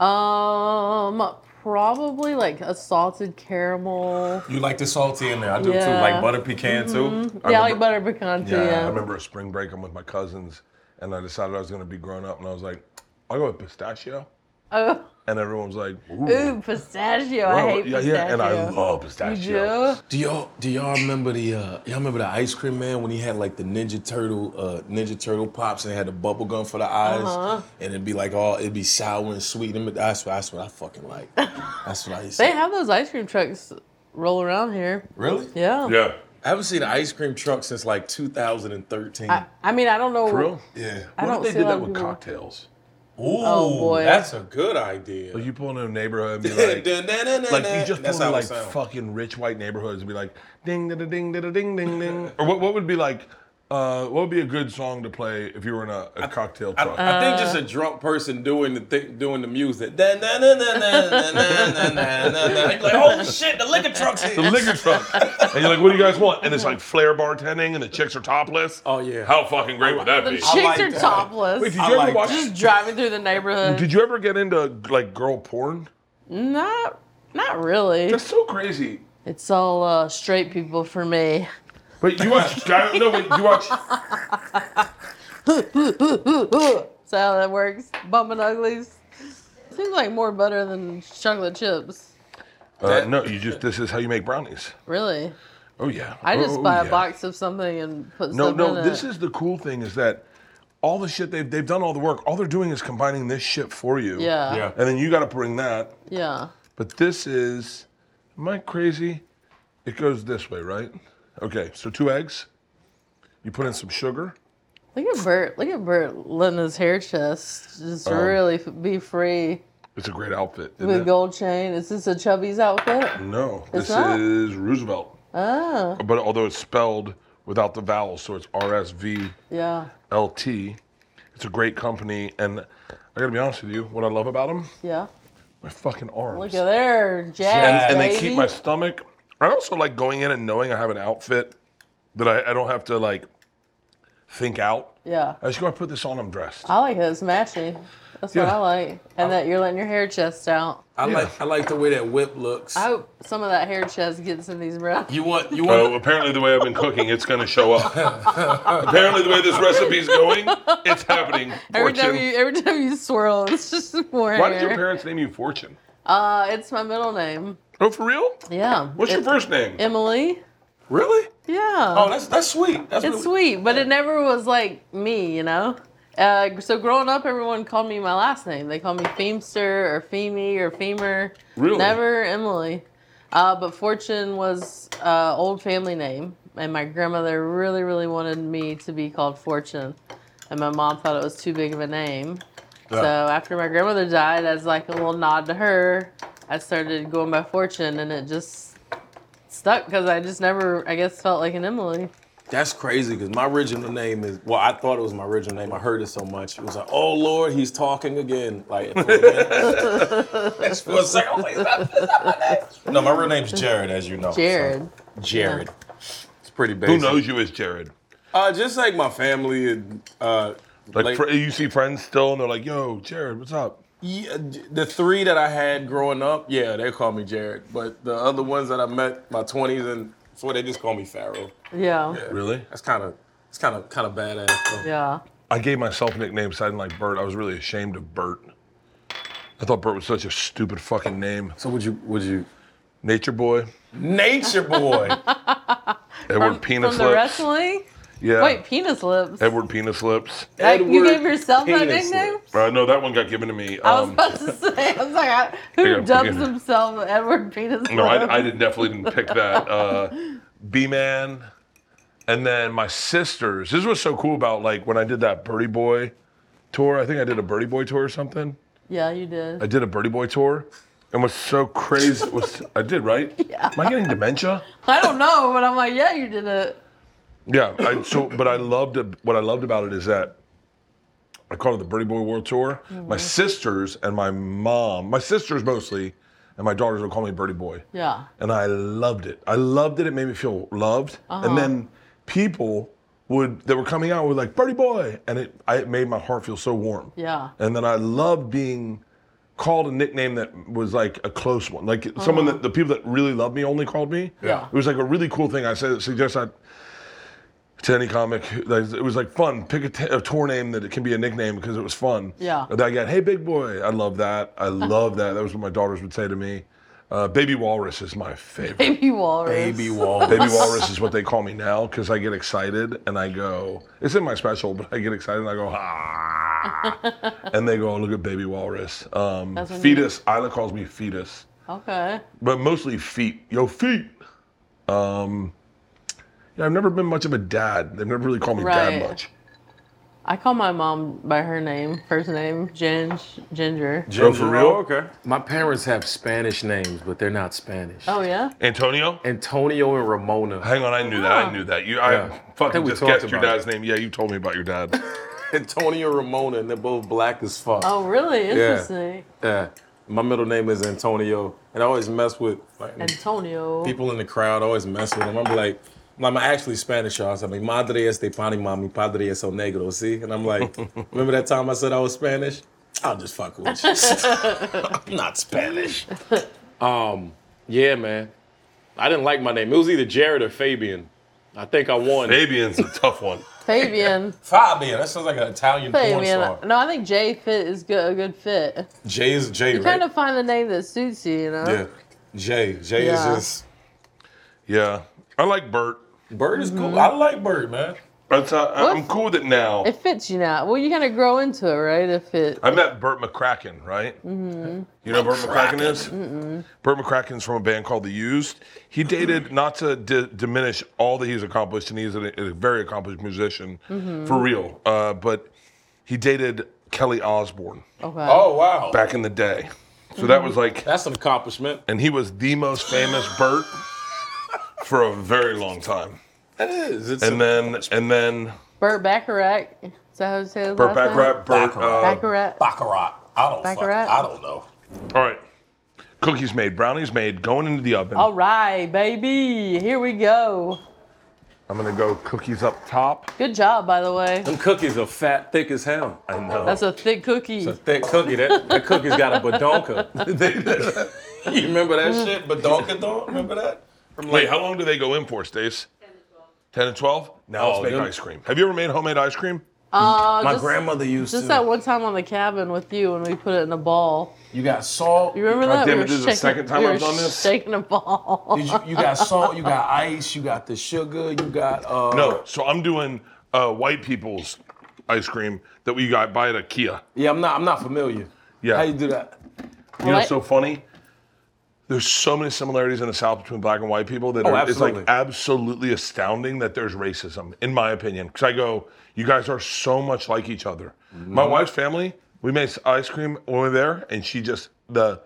S4: Um, probably like a salted caramel.
S3: good. You like the salty in there? I do
S4: Yeah. Mm-hmm.
S3: too. Like butter pecan too.
S4: yeah, I
S2: remember-
S4: like butter pecan too.
S3: Yeah, I
S4: Yeah.
S2: I remember a spring break. I'm with my cousins, and I decided I was gonna be grown up, and I was like, I'll go with pistachio.
S4: Oh,
S2: And everyone was like, Ooh,
S4: ooh, pistachio. I
S2: wow,
S4: hate
S2: yeah,
S4: pistachio.
S2: yeah, and I love
S4: You
S2: pistachio.
S4: do?
S3: Do y'all do y'all remember the uh, y'all remember the ice cream man when he had like the Ninja Turtle uh, Ninja Turtle pops and it had the bubble gum for the eyes
S4: Uh-huh.
S3: and it'd be like all it'd be sour and sweet and that's what that's what I fucking like. That's what I used to.
S4: They have those ice cream trucks roll around here.
S3: really?
S4: Yeah.
S2: Yeah.
S3: I haven't seen an ice cream truck since like 2013.
S4: I, I mean, I don't know.
S2: For real?
S3: yeah.
S4: I
S2: What
S4: don't
S2: if they
S4: see a
S2: did
S4: lot
S2: that
S4: of
S2: with
S4: people-
S2: cocktails?
S3: Ooh,
S4: boy.
S3: that's a good idea.
S2: Like you pull into a neighborhood and be like, like you just pull
S3: that's
S2: into
S3: how
S2: like
S3: it sound.
S2: fucking rich white neighborhoods and be like, ding da da ding da da ding ding ding. Or what, what would be like, uh, what would be a good song to play if you were in a, a cocktail
S3: I,
S2: truck?
S3: I think
S4: Uh,
S3: just a drunk person doing the thi- doing the music. Da- na- na- na- na- na- na- na- na- na- na. You're Like, holy shit, the liquor truck's here.
S2: the liquor truck. and you're like, what do you guys want? And it's like flair bartending and the chicks are topless.
S3: Oh, yeah.
S2: How fucking great would that
S4: The
S2: be?
S4: chicks
S3: like
S4: are
S3: that.
S4: topless.
S2: Wait, did you
S3: I
S2: ever
S3: like
S2: watch?
S4: just driving through the neighborhood.
S2: Did you ever get into like girl porn?
S4: not, not really.
S2: That's so crazy.
S4: It's all uh, straight people for me.
S2: But you watch guy, no wait, you watch
S4: That's how that works. Bumping uglies. Seems like more butter than chocolate chips.
S2: uh, no, you just this is how you make brownies.
S4: Really?
S2: Oh yeah.
S4: I just
S2: Oh,
S4: buy a
S2: yeah.
S4: box of something and put
S2: No,
S4: stuff in
S2: no,
S4: it.
S2: this is the cool thing is that all the shit they've they've done all the work. All they're doing is combining this shit for you.
S4: Yeah.
S3: Yeah.
S2: And then you gotta bring that.
S4: Yeah.
S2: But this is am I crazy? It goes this way, right? Okay, so two eggs. You put in some sugar.
S4: Look at Bert. Look at Bert letting his hair just just
S2: Oh.
S4: really f- be free
S2: It's a great outfit. isn't
S4: with
S2: it?
S4: gold chain. Is this a Chubby's outfit?
S2: No, this
S4: not?
S2: is Roosevelt. Oh. But although it's spelled without the vowels, so it's R S V
S4: Yeah.
S2: L T. It's a great company, and I gotta be honest with you, what I love about them,
S4: Yeah.
S2: my fucking arms.
S4: Look at there, jazz,
S2: and they
S4: baby.
S2: keep my stomach. I also like going in and knowing I have an outfit that I, I don't have to like think out.
S4: yeah.
S2: I just go, I put this on, I'm dressed.
S4: I like it. It's matchy. That's what
S2: Yeah.
S4: I like. And that you're letting your hair chest out.
S3: I like I like the way that whip looks.
S4: I hope some of that hair chest gets in these brownies.
S3: you want you
S2: So
S3: want
S2: apparently, the way I've been cooking, it's gonna show up. apparently, the way this recipe's going, it's happening.
S4: Every time
S2: Fortune.
S4: you every time you swirl, it's just more
S2: Why
S4: hair.
S2: did your parents name you Fortune?
S4: uh, it's my middle name.
S2: Oh, for real?
S4: Yeah.
S2: What's your
S4: It-
S2: first name?
S4: Emily.
S3: really?
S4: Yeah.
S3: Oh, that's that's sweet. That's
S4: It's
S3: really,
S4: sweet, but it never was like me, you know? Uh, so growing up, everyone called me my last name. They called me Feemster or Feemy or Femer.
S2: Really?
S4: Never Emily. Uh, but Fortune was uh, old family name, and my grandmother really, really wanted me to be called Fortune, and my mom thought it was too big of a name. So after my grandmother died, as like a little nod to her, I started going by Fortune, and it just stuck because I just never, I guess, felt like an Emily.
S3: That's crazy because my original name is well, I thought it was my original name. I heard it so much. It was like, oh Lord, he's talking again. Like for a minute. That's for a second. I'm like, is that- is that my name? No, my real name's Jared, as you know. so-
S4: Jared.
S3: Jared. It's pretty basic.
S2: Who knows you as Jared?
S3: Uh, just like my family and uh,
S2: Like,
S3: Like-
S2: fr- you see friends still, and they're like, "Yo, Jared, what's up?"
S3: yeah, uh, the three that I had growing up, yeah, they call me Jared. But the other ones that I met my twenties and before, they just call me Pharaoh.
S4: Yeah.
S2: Really?
S3: That's kind of, it's kind of, kind of badass. though.
S4: Yeah.
S2: I gave myself nicknames. I didn't like Bert. I was really ashamed of Bert. I thought Bert was such a stupid fucking name.
S3: So would you, would you?
S2: Nature Boy.
S3: Nature boy.
S2: Edward Penis
S4: From the
S2: Lips.
S4: wrestling?
S2: Yeah.
S4: Wait, penis lips.
S2: Edward Penis Lips.
S4: That- you
S3: Edward
S4: gave yourself that
S3: Penis
S4: nickname?
S3: Lips.
S2: Uh, no, that one got given to me.
S4: I was
S2: Um,
S4: about to say, I was like, I,
S2: Yeah,
S4: who
S2: I'm
S4: dubs
S2: forgetting.
S4: himself Edward Penis
S2: no,
S4: Lips?
S2: I, I didn't, definitely didn't pick that. Uh, B Man. And then my sisters. This was so cool about like when I did that Birdie Boy tour. I think I did a Birdie Boy tour or something.
S4: Yeah, you did.
S2: I did a Birdie Boy tour, and what's so crazy was I did right. Yeah. Am I getting dementia?
S4: I don't know, but I'm like, yeah, you did it.
S2: Yeah. I, so, but I loved it. What I loved about it is that I call it the Birdie Boy World Tour.
S4: Mm-hmm.
S2: My sisters and my mom, my sisters mostly, and my daughters would call me Birdie Boy.
S4: Yeah.
S2: And I loved it. I loved it. It made me feel loved.
S4: Uh-huh.
S2: And then people would that were coming out were like Birdie Boy, and it I, it made my heart feel so warm.
S4: Yeah.
S2: And then I loved being called a nickname that was like a close one, like someone that the people that really loved me only called me.
S4: Uh-huh. Yeah.
S2: It was like a really cool thing. I said suggest I to any comic. Like, It was like fun. Pick a, t- a tour name that it can be a nickname because it was fun.
S4: Yeah.
S2: And I got, hey, big boy. I love that. I love that. That was what my daughters would say to me. Uh, Baby Walrus is my favorite.
S4: Baby Walrus.
S3: Baby wall.
S2: Baby Walrus is what they call me now because I get excited and I go, it's in my special, but I get excited and I go, ah. and they go, oh, look at Baby Walrus. Um,
S4: when you-
S2: fetus. Isla calls me fetus
S4: Okay.
S2: but mostly feet. Yo, feet. Um, yeah, I've never been much of a dad. They've never really called me
S4: Right.
S2: dad much.
S4: I call my mom by her name, first name, Ging, Ginger.
S2: Bro, for real?
S8: okay.
S3: My parents have Spanish names, but they're not Spanish.
S4: Oh yeah.
S2: Antonio.
S3: Antonio and Ramona.
S2: Hang on, I knew that. I knew that. You,
S3: Yeah.
S2: I
S3: I think
S2: fucking
S3: we
S2: just
S3: talked
S2: guessed your
S3: about
S2: dad's name. Yeah, you told me about your dad.
S3: Antonio and Ramona, and they're both black as fuck.
S4: Oh really? Interesting.
S3: Yeah. My middle name is Antonio, and I always mess with like,
S4: Antonio.
S3: people in the crowd. I always mess with them. I'm like, I'm actually Spanish, y'all. So I'm like, Madre es de Panama, mi padre es el negro, see? And I'm like, remember that time I said I was Spanish? I'll just fuck with you. I'm not Spanish. Um, yeah, man. I didn't like my name. It was either Jared or Fabian. I think I won.
S2: Fabian's a tough one.
S4: Fabian.
S3: Fabian. That sounds like an Italian porn
S4: Fabian.
S3: star.
S4: No, I think Jay fit is good, a good fit.
S3: Jay is Jay,
S4: You
S3: right?
S4: kind of find the name that suits you, you know.
S3: yeah. Jay. Jay
S4: Yeah.
S3: is
S2: Yeah, I like Bert.
S3: just. Bird is
S4: Mm-hmm.
S3: cool. I like Bird, man.
S2: That's how, I- I'm
S4: What's-
S2: cool with it now.
S4: It fits you now. Well, you kind of grow into it, right? If it.
S2: I met Burt McCracken, right? Mm-hmm. You know who Burt McCracken is? Mm-mm. Burt McCracken's from a band called The Used. He dated, not to di- diminish all that he's accomplished, and he's a, a very accomplished musician, for real. Uh, but he dated Kelly Osbourne
S4: Okay.
S3: Oh, wow.
S2: back in the day. So that was like,
S3: That's an accomplishment.
S2: and he was the most famous Burt for a very long time.
S3: That is. It's
S2: And then, and then
S4: Burt Bacharach. Is that how you say his
S2: Burt
S4: last name?
S2: Bacharach, Burt. Uh,
S4: Bacharach.
S3: Baccarat. I don't fucking-
S4: Baccarat?
S3: I don't know.
S2: all right, cookies made, brownies made, going into the oven.
S4: All right, baby. Here we go.
S2: I'm gonna go cookies up top.
S4: Good job, by the way.
S3: Them cookies are fat, thick as hell.
S2: I know.
S4: That's a thick cookie.
S3: A thick cookie. That, that cookie's got a badonka. you remember that
S4: Mm-hmm.
S3: shit? Badonka don't remember that? From
S2: Wait,
S3: like
S2: how long do they go in for, Stace? 10 to 12. Now
S3: Oh,
S2: let's make
S3: good.
S2: ice cream. Have you ever made homemade ice cream?
S4: Uh,
S3: my
S4: just-
S3: grandmother used
S4: Just
S3: to.
S4: that one time on the cabin with you when we put it in a ball.
S3: you got salt.
S4: You remember that?
S2: damn
S4: we
S2: it, this is the second time
S4: we
S2: I've
S4: were
S2: done this?
S4: Shaking a ball.
S3: Did you, you got salt. You got ice. You got the sugar. You got uh.
S2: No. So I'm doing uh, white people's ice cream that we got buy at a Kia.
S3: Yeah, I'm not. I'm not familiar.
S2: Yeah.
S3: How you do that?
S2: You know,
S4: What?
S2: what's so funny. There's so many similarities in the South between black and white people that
S3: Oh,
S2: are, it's like
S3: absolutely.
S2: absolutely astounding that there's racism, in my opinion. Because I go, you guys are so much like each other.
S3: Mm-hmm.
S2: My wife's family, we made ice cream when we were there, and she just the.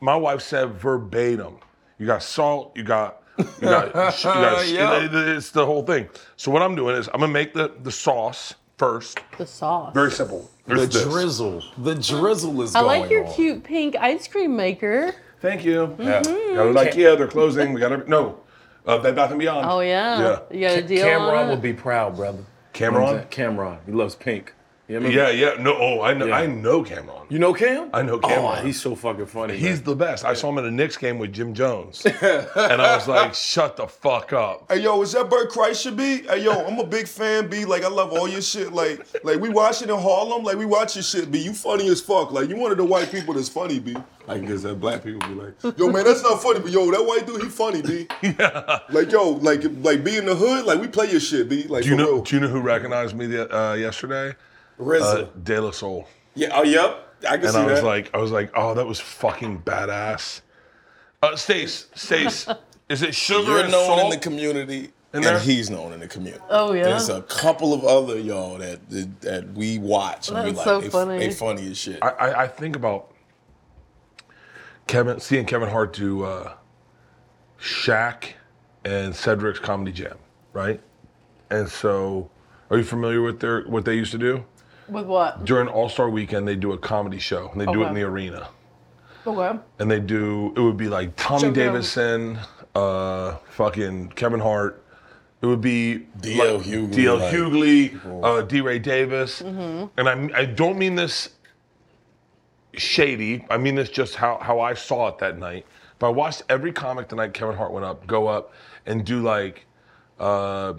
S2: My wife said verbatim, "You got salt, you got, you got, you got
S3: Yeah.
S2: it- it's the whole thing." So what I'm doing is I'm gonna make the the sauce first.
S4: The sauce.
S2: Very simple.
S3: The
S2: There's this.
S3: drizzle. The drizzle is
S4: I
S3: going
S4: like your
S3: on.
S4: cute pink ice cream maker.
S2: Thank you.
S3: Mm-hmm.
S2: Yeah. Got an IKEA. They're closing. We got to no. Uh, Bed Bath and Beyond.
S4: Oh yeah.
S2: Yeah.
S4: You got a deal
S3: Cameron
S4: on it?
S3: would be proud, brother.
S2: Cameron.
S3: Cameron. He loves pink. You remember?
S2: Yeah, yeah. No. Oh, I know.
S3: Yeah.
S2: I know Cameron.
S3: You know Cam?
S2: I know Cameron.
S3: Oh, he's so fucking funny.
S2: He's
S3: man.
S2: the best. I saw him at a Knicks game with Jim Jones, and I was like, "Shut the fuck up."
S9: Hey yo, is that Bert Kreischer B? Hey yo, I'm a big fan, B. Like I love all your shit. Like, like we watch it in Harlem. Like we watch your shit, B. You funny as fuck. Like you one of the white people that's funny, B. I guess that black people be like, yo man, that's not funny, but yo, that white dude, he funny, B. Like yo, like like be in the hood. Like we play your shit, B. Like
S2: Do you
S9: for
S2: know?
S9: real.
S2: Do you know who recognized me the, uh, yesterday? Uh,
S3: RZA.
S2: De La Soul.
S3: yeah. Oh, yep. I can
S2: And
S3: see
S2: I was
S3: that.
S2: like, I was like, "Oh, that was fucking badass." Uh, Stace, Stace, is it sugar
S3: You're
S2: and
S3: known
S2: salt?
S3: in the community, and,
S2: there-
S3: he's known in the community.
S4: Oh, yeah?
S3: There's a couple of other y'all that that, that we watch. and we
S4: That's
S3: like,
S4: so
S3: they, f-
S4: funny.
S3: They funny as shit.
S2: I, I, I think about Kevin seeing Kevin Hart do uh, Shaq and Cedric's comedy jam, right? And so, are you familiar with their what they used to do?
S4: With what?
S2: During All Star Weekend, they do a comedy show and they do it in
S4: Okay.
S2: the arena.
S4: Okay.
S2: And they do it would be like Tommy
S4: Joe Rogan.
S2: Davidson, uh, fucking Kevin Hart. It would be
S3: D.L.
S2: like-
S3: Hughley,
S2: D.L.
S3: like-
S2: Hughley, uh, D. Ray Davis, and I I don't mean this shady. I mean this just how how I saw it that night. But I watched every comic the night Kevin Hart went up, go up and do like. Uh,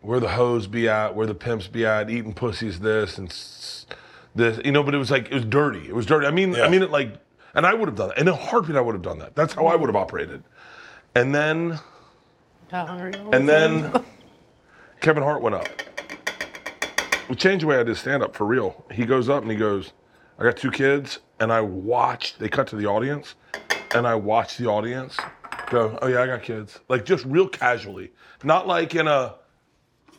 S2: where the hoes be at, where the pimps be at, eating pussies this and s- this, you know. But it was like it was dirty. It was dirty. I mean, I mean it like, and I would have done that in a heartbeat. I would have done that. That's how I would have operated. And then,
S4: How hungry?
S2: and then, Kevin Hart went up. We changed the way I did stand up for real. He goes up and he goes, "I got two kids," and I watched. They cut to the audience, and I watched the audience go, "Oh yeah, I got kids." Like just real casually, not like in a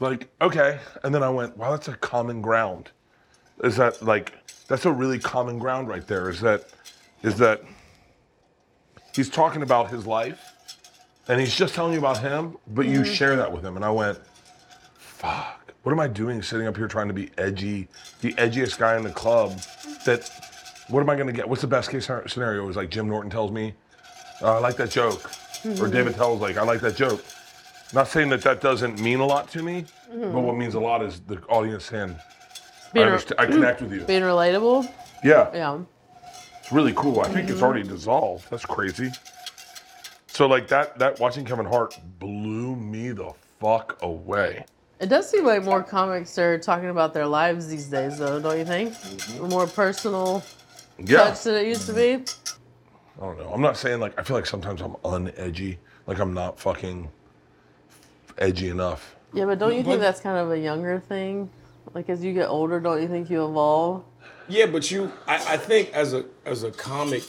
S2: like okay and then i went wow that's a common ground is that like that's a really common ground right there is that is that he's talking about his life and he's just telling you about him but you
S10: Mhm.
S2: share that with him and i went fuck what am i doing sitting up here trying to be edgy the edgiest guy in the club that what am i going to get what's the best case scenar- scenario is like jim norton tells me "Oh, i like that joke or
S10: Mhm.
S2: david tells like i like that joke not saying that that doesn't mean a lot to me, but
S4: Mhm.
S2: what means a lot is the audience saying, I,
S4: Being re-
S2: understand, I connect with you.
S4: Being relatable.
S2: Yeah,
S4: Yeah.
S2: it's really cool. I think it's
S4: Mhm.
S2: already dissolved. That's crazy. So like that, that watching Kevin Hart blew me the fuck away.
S4: It does seem like more comics are talking about their lives these days, though, don't you think?
S3: Mm-hmm.
S4: More personal
S2: Yeah.
S4: touch than it used to be.
S2: I don't know. I'm not saying like I feel like sometimes I'm unedgy. Like I'm not fucking edgy enough.
S4: Yeah, but don't you
S2: But-
S4: think that's kind of a younger thing? Like as you get older, don't you think you evolve?
S3: Yeah, but you, I, I think as a as a comic,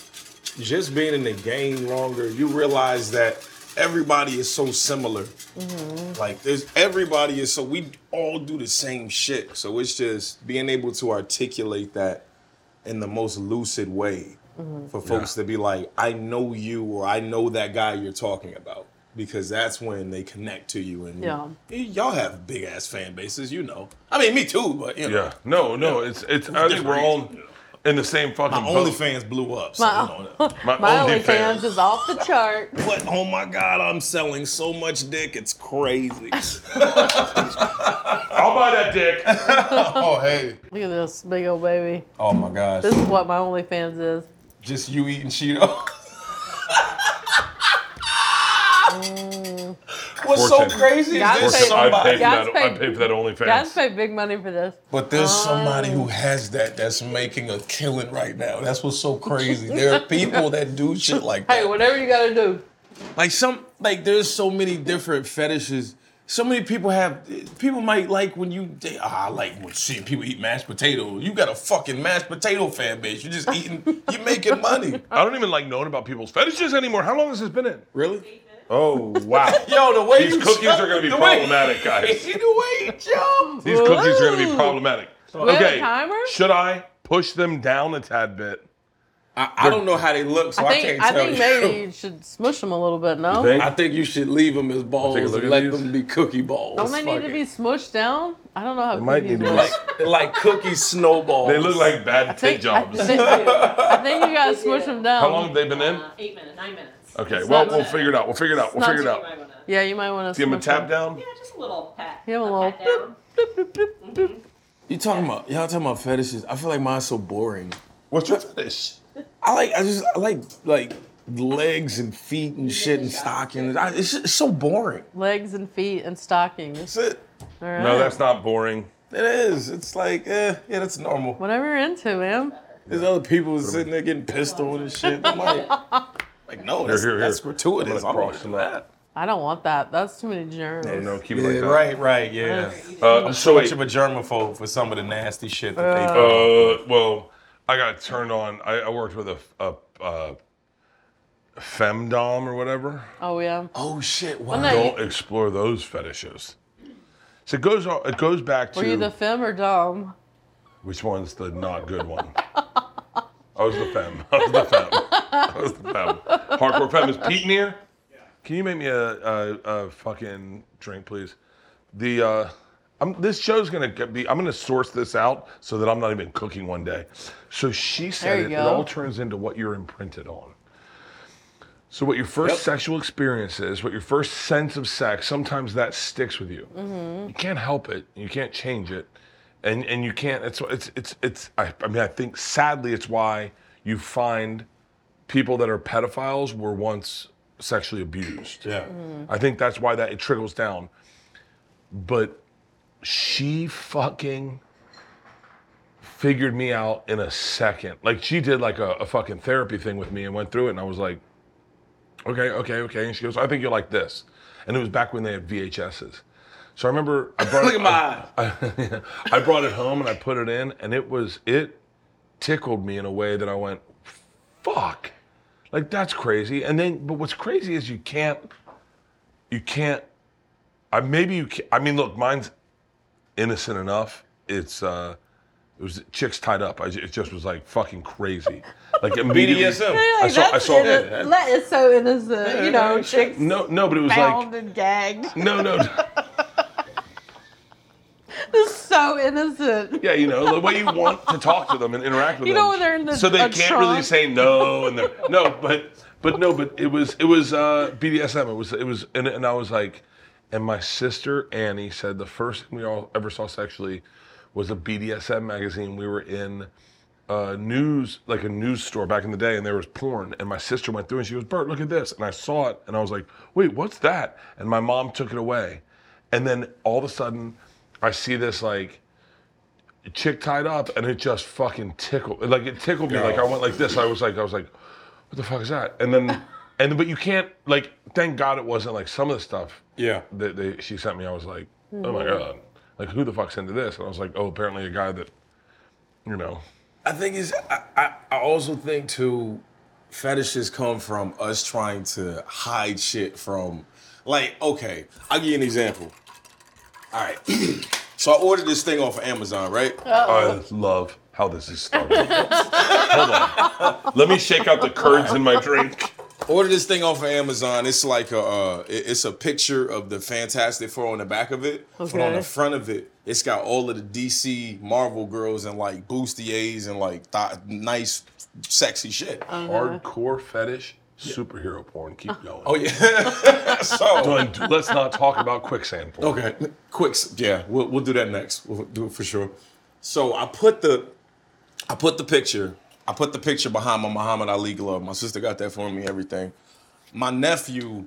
S3: just being in the game longer, you realize that everybody is so similar. Like there's everybody is so we all do the same shit. So it's just being able to articulate that in the most lucid way for folks to be like, I know you or I know that guy you're talking about. Because that's when they connect to you and
S4: Yeah.
S3: y- y'all have big ass fan bases, you know. I mean me too, but you know.
S2: Yeah. No, no. It's it's. I think we're all in the same fucking.
S3: My
S2: boat.
S3: OnlyFans blew up. So,
S4: My,
S3: you know,
S2: My,
S4: my
S2: OnlyFans.
S4: OnlyFans is off the chart.
S3: What? Oh my God! I'm selling so much dick. It's crazy.
S2: I'll buy that dick.
S3: oh hey.
S4: Look at this big old baby.
S3: Oh my gosh.
S4: This is what my OnlyFans is.
S3: Just you eating Cheeto.
S4: Mm.
S3: What's so
S2: Fortune.
S3: crazy is
S4: God's
S3: there's
S4: paid-
S3: somebody.
S2: I paid for
S4: God's
S2: that. I
S4: paid-
S2: paid for that OnlyFans.
S4: Guys pay big money for this.
S3: But there's somebody who has that that's making a killing right now. That's what's so crazy. There are people that do shit like
S4: Hey, whatever you gotta do.
S3: Like some like there's so many different fetishes. So many people have people might like when you they, ah, I like when shit people eat mashed potato. You got a fucking mashed potato fan base. You're just eating you're making money.
S2: I don't even like knowing about people's fetishes anymore. How long has this been in?
S3: Really?
S2: Oh wow.
S3: Yo, the way
S2: these
S3: you
S2: cookies
S3: jump-
S2: are going to be
S3: the way-
S2: problematic, guys.
S3: the way you jump.
S2: These cookies are going to be problematic.
S4: Do we have a timer?
S2: Should I push them down a tad bit?
S3: I, I don't know how they look, so
S4: I think I, think
S3: you.
S4: maybe you should smush them a little bit. No,
S3: I think you should leave them as balls
S2: Take a
S3: and
S2: look at
S3: let
S2: these.
S3: them be cookie balls.
S4: don't they need to be smushed down? I don't know how.
S3: They might
S4: cookies
S3: need to be
S4: work.
S3: like, they're like cookie snowballs.
S2: They look like bad
S4: think-
S2: tit jobs.
S4: I think, I think you gotta smush them down.
S2: How long have they been in?
S11: Uh, Eight minutes, nine minutes.
S2: Okay,
S4: uh, it's
S2: well,
S4: not-
S2: we'll figure it out. We'll figure it out.
S4: It's
S2: We'll
S4: not- Mm-hmm.
S2: figure it out.
S4: Yeah, you might want to
S2: Give him a tap down.
S11: Just a little pat.
S4: Give him a little.
S3: You talking about y'all talking about fetishes? I feel like mine's so boring.
S2: What's your fetish?
S3: I like I just I like like legs and feet and shit and stockings. I, it's, it's so boring.
S4: Legs and feet and stockings. That's
S3: it.
S4: All right.
S2: No, that's not boring.
S3: It is. It's like eh, yeah, that's normal.
S4: Whatever you're into, man.
S3: There's other people sitting there getting pissed on and shit. I'm like, like no, that's, that's gratuitous. I'm
S2: cross
S3: gonna do that.
S4: I don't want that. That's too many germs.
S2: No, no, keep it
S3: Yeah,
S2: like that.
S3: Right, right, yeah.
S2: Uh, so
S3: I'm so much
S2: wait.
S3: of a germaphobe for some of the nasty shit that they do.
S2: Uh, well, I got turned on. I, I worked with a, a, a femdom or whatever.
S4: Oh yeah.
S3: Oh shit!
S4: Wow.
S2: Don't explore those fetishes. So it goes. It goes back to
S4: Were you the femme or dom?
S2: which one's the not good one. I was the femme. I was the femme. I was the femme. Hardcore femme is Pete in here. Can you make me a, a, a fucking drink, please? The uh, I'm, this show's gonna get- be. I'm gonna source this out so that I'm not even cooking one day. So she
S4: There
S2: said
S4: you
S2: it, it
S4: go.
S2: all turns into what you're imprinted on. So what your first sexual experience is, what your first sense of sex, sometimes that sticks with you.
S4: Mm-hmm.
S2: You can't help it. You can't change it, and and you can't. It's it's it's it's. I, I mean, I think sadly, it's why you find people that are pedophiles were once sexually abused. Yeah,
S3: Mm.
S5: Mhm.
S2: I think that's why that it trickles down. But she fucking figured me out in a second. Like she did like a, a fucking therapy thing with me and went through it, and I was like, okay, okay, okay. And she goes, I think you're like this. And it was back when they had VHSs. So I remember I brought
S6: Look
S2: it,
S6: at my
S2: I, I brought it home and I put it in, and it was it tickled me in a way that I went, fuck, like that's crazy. And then, but what's crazy is you can't, you can't. I maybe you. Can, I mean, look, mine's innocent enough. It's uh, it was chicks tied up. I, ju- it just was like fucking crazy. Like immediately,
S6: BDSM.
S2: I saw. I
S4: That's
S2: saw.
S4: inno- That is so innocent. You know, chicks
S2: No, no, but it was like
S4: bound and gagged.
S2: no, no.
S4: This is so innocent.
S2: Yeah, you know the way you want to talk to them and interact with
S4: You
S2: them.
S4: know when they're in the-
S2: so they
S4: a
S2: can't really
S4: trunk?
S2: say no, and they're no, but but no, but it was it was uh, BDSM. It was it was, and, and I was like, and my sister Annie said the first thing we all ever saw sexually was a BDSM magazine. We were in a news like a news store back in the day, and there was porn. And my sister went through, and she goes, "Bert, look at this," and I saw it, and I was like, "Wait, what's that?" And my mom took it away, and then all of a sudden, I see this like chick tied up and it just fucking tickled like it tickled me like i went like this i was like i was like what the fuck is that and then and but you can't like thank god it wasn't like some of the stuff yeah that they, she sent me i was like oh my
S6: Mhm.
S2: god like who the fuck's into this and i was like oh apparently a guy that you know
S3: I think it's. I, I, I also think too, fetishes come from us trying to hide shit from, like, okay, I'll give you an example. All right, so I ordered this thing off of Amazon, right?
S2: i love how this is starting hold on let me shake out the curds in my drink
S3: Order this thing off of Amazon. It's like a, uh, it- it's a picture of the Fantastic Four on the back of it, but on
S6: Okay.
S3: the front of it, it's got all of the DC Marvel girls and like bustiers and like th- nice, sexy shit.
S2: Uh-huh. Hardcore fetish, superhero porn. Keep going.
S3: Oh yeah. so
S2: Don't- let's not talk about quicksand porn.
S3: Okay, quick. Yeah, we'll we'll do that next. We'll do it for sure. So I put the, I put the picture. I put the picture behind my Muhammad Ali glove. My sister got that for me. Everything. My nephew,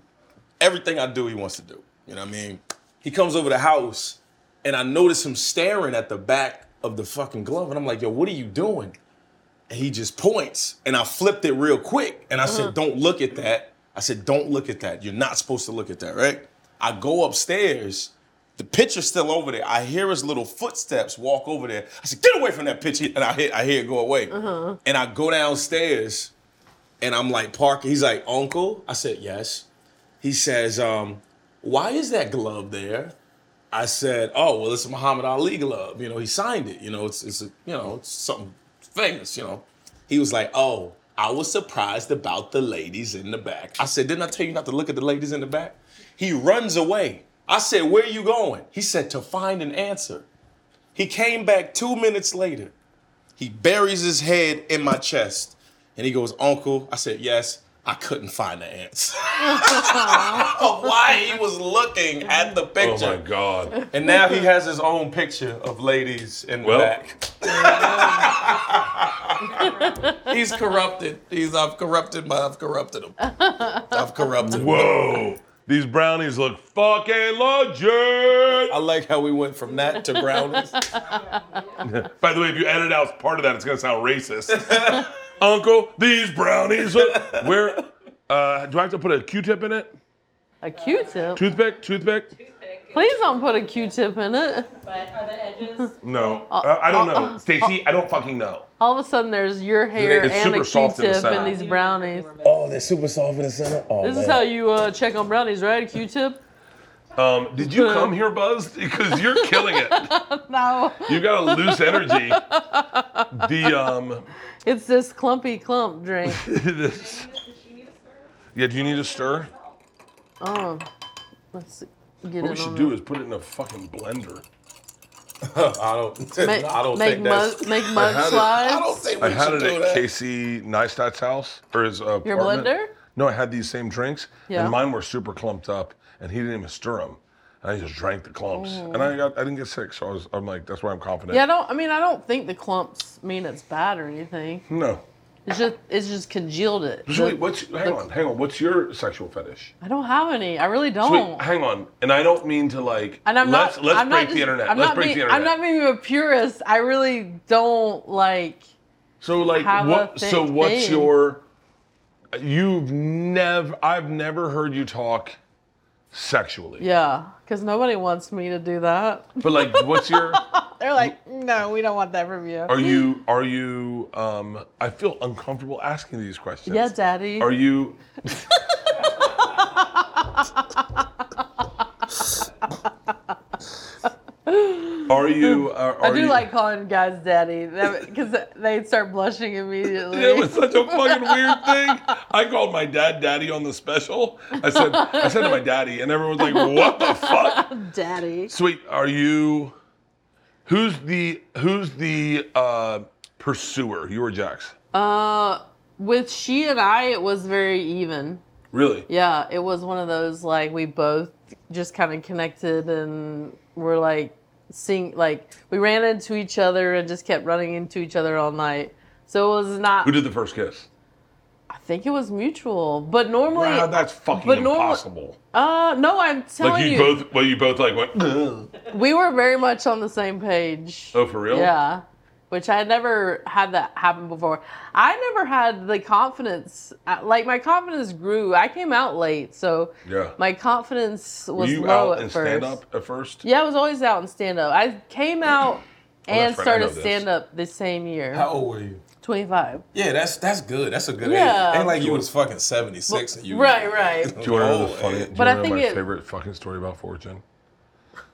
S3: everything I do, he wants to do. You know what I mean? He comes over the house, and I notice him staring at the back of the fucking glove, and I'm like, Yo, what are you doing? And he just points, and I flipped it real quick, and I
S6: Uh-huh.
S3: said, Don't look at that. I said, Don't look at that. You're not supposed to look at that, right? I go upstairs. The picture's still over there. I hear his little footsteps walk over there. I said, "Get away from that picture!" And I hear, I hear it go away.
S5: Uh-huh.
S3: And I go downstairs, and I'm like, "Parker." He's like, "Uncle." I said, "Yes." He says, um, "Why is that glove there?" I said, "Oh, well, it's a Muhammad Ali glove. You know, he signed it. You know, it's it's a, you know it's something famous. You know." He was like, "Oh." I was surprised about the ladies in the back. I said, Didn't I tell you not to look at the ladies in the back? He runs away. I said, Where are you going? He said, To find an answer. He came back two minutes later. He buries his head in my chest and he goes, Uncle. I said, Yes, I couldn't find the answer. Why he was looking at the picture.
S2: Oh my God.
S3: And now he has his own picture of ladies in the
S2: Well.
S3: back. He's corrupted. He's I've corrupted my I've corrupted him. I've corrupted him.
S2: Whoa. These brownies look fucking legit. I
S3: like how we went from that to brownies.
S2: By the way, if you edit out part of that, it's gonna sound racist. Uncle, these brownies look. Where? Uh, do I have to put a Q-tip in it?
S4: A Q-tip.
S2: Toothpick? Toothpick?
S4: Please don't put a Q-tip in it.
S11: But are the edges
S2: No. Uh, I don't know,
S4: uh,
S2: Stacy. I don't fucking know.
S4: All of a sudden, there's your hair
S2: It's
S4: and
S2: super
S4: a
S2: soft in the
S4: Q-tip
S2: center.
S4: and these brownies.
S3: Oh, they're super soft in the center. Oh,
S4: This is how you uh, check on brownies, right? A Q-tip.
S2: Um, did you come here, Buzz? Because you're killing it.
S4: no.
S2: You got a loose energy. The um,
S4: It's this clumpy clump drink.
S2: this. Yeah. Do you need a stir?
S4: Oh, let's get
S2: What we
S4: it
S2: should
S4: on
S2: do
S4: there.
S2: is put it in a fucking blender.
S3: I don't.
S4: Make-
S3: I don't
S4: make
S3: think that's.
S4: mud- make
S2: I had it-
S4: mudslides? I don't think
S2: I
S4: we
S2: had
S4: should
S2: it
S4: do
S2: at
S4: that.
S2: Casey Neistat's house or his apartment.
S4: blender?
S2: No, I had these same drinks,
S4: Yeah.
S2: and mine were super clumped up, and he didn't even stir them. And I just drank the clumps,
S4: Oh.
S2: and I got I didn't get sick, so I was I'm like that's why I'm confident.
S4: Yeah, I don't. I mean, I don't think the clumps mean it's bad or anything.
S2: No.
S4: It's just it's just congealed it.
S2: So wait, what's hang on, hang on. What's your sexual fetish?
S4: I don't have any. I really
S2: So
S4: don't.
S2: wait, hang on, and I don't mean to like.
S4: Oh. and I'm
S2: let's
S4: not.
S2: let's
S4: I'm not
S2: break
S4: just-
S2: the internet.
S4: I'm
S2: let's
S4: not
S2: break
S4: being,
S2: the internet.
S4: I'm not being a purist. I really don't like.
S2: So like
S4: have a
S2: what?
S4: thick
S2: So what's
S4: thing.
S2: your? You've never. I've never heard you talk sexually.
S4: Yeah, because nobody wants me to do that.
S2: But like, what's your?
S4: They're like, no, we don't want that from you.
S2: Are you? Are you? Um, I feel uncomfortable asking these questions.
S4: Yeah, Daddy.
S2: Are you? Are you? Are,
S4: I
S2: are
S4: do
S2: you-
S4: like calling guys daddy because they start blushing immediately.
S2: It was such a fucking weird thing. I called my dad daddy on the special. I said I said to my daddy, and everyone's like, "What the fuck,
S4: daddy?"
S2: sweet? Are you? Who's the who's the uh, pursuer? You or Jax?
S4: Uh, with she and I, it was very even.
S2: Really?
S4: Yeah, it was one of those like we both just kind of connected and were like seeing like we ran into each other and just kept running into each other all night. So it was not.
S2: Who did the first kiss?
S4: I think it was mutual, but normally.
S2: Wow, that's fucking
S4: but normal-
S2: impossible.
S4: uh, no, I'm telling
S2: Like you,
S4: you,
S2: both, well, you both like went. "Ugh."
S4: we were very much on the same page.
S2: Oh, for real?
S4: Yeah. Which I had never had that happen before. I never had the confidence. uh, Like my confidence grew. I came out late, so
S2: Yeah.
S4: my confidence
S2: Were
S4: was
S2: you
S4: low
S2: out
S4: at
S2: and
S4: first.
S2: stand up at first?
S4: Yeah, I was always out in stand up. I
S2: Oh,
S4: came out and
S3: that's right, I
S4: started
S3: know this.
S4: stand up the same year.
S3: How old were you?
S4: 25.
S3: Yeah, that's that's good. That's a good
S4: Yeah.
S3: age. Ain't like you was fucking seventy six and you.
S4: Right, right.
S2: Do you want to know the funny? Do you
S4: Oh, eh, But I
S2: wanna know
S4: think
S2: my
S4: it-
S2: favorite fucking story about Fortune?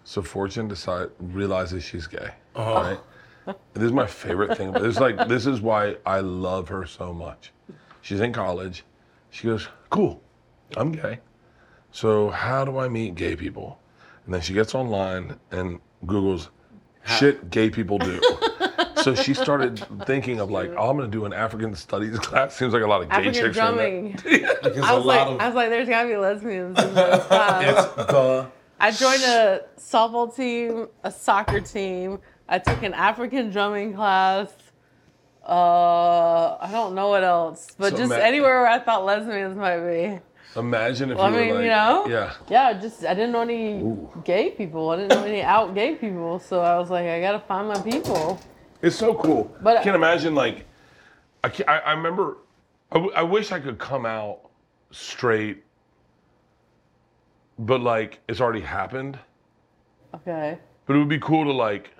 S2: So Fortune decide realizes she's gay.
S5: Uh-huh.
S2: Right? This is my favorite thing. This is like this is why I love her so much. She's in college. She goes, "Cool, I'm gay. So how do I meet gay people?" And then she gets online and Google's shit gay people do. so she started thinking of like, oh, I'm gonna do an African studies class. Seems like a lot of gay
S4: African
S2: chicks are in there.
S4: drumming.
S2: Because
S4: I was like, I was like, there's gotta be lesbians. In this class. I joined a softball team, a soccer team. I took an African drumming class. Uh, I don't know what else, but
S2: So
S4: just
S2: ma-
S4: anywhere where I thought lesbians might be.
S2: Imagine if
S4: Well, I
S2: you
S4: mean,
S2: were like,
S4: you know,
S2: yeah.
S4: yeah. Just I didn't know any gay people. I didn't know any out gay people, so I was like, I gotta find my people.
S2: It's so cool.
S4: But-
S2: I can't imagine like, I can I, I remember, I, w- I wish I could come out straight, but like it's already happened.
S4: Okay.
S2: But it would be cool to like,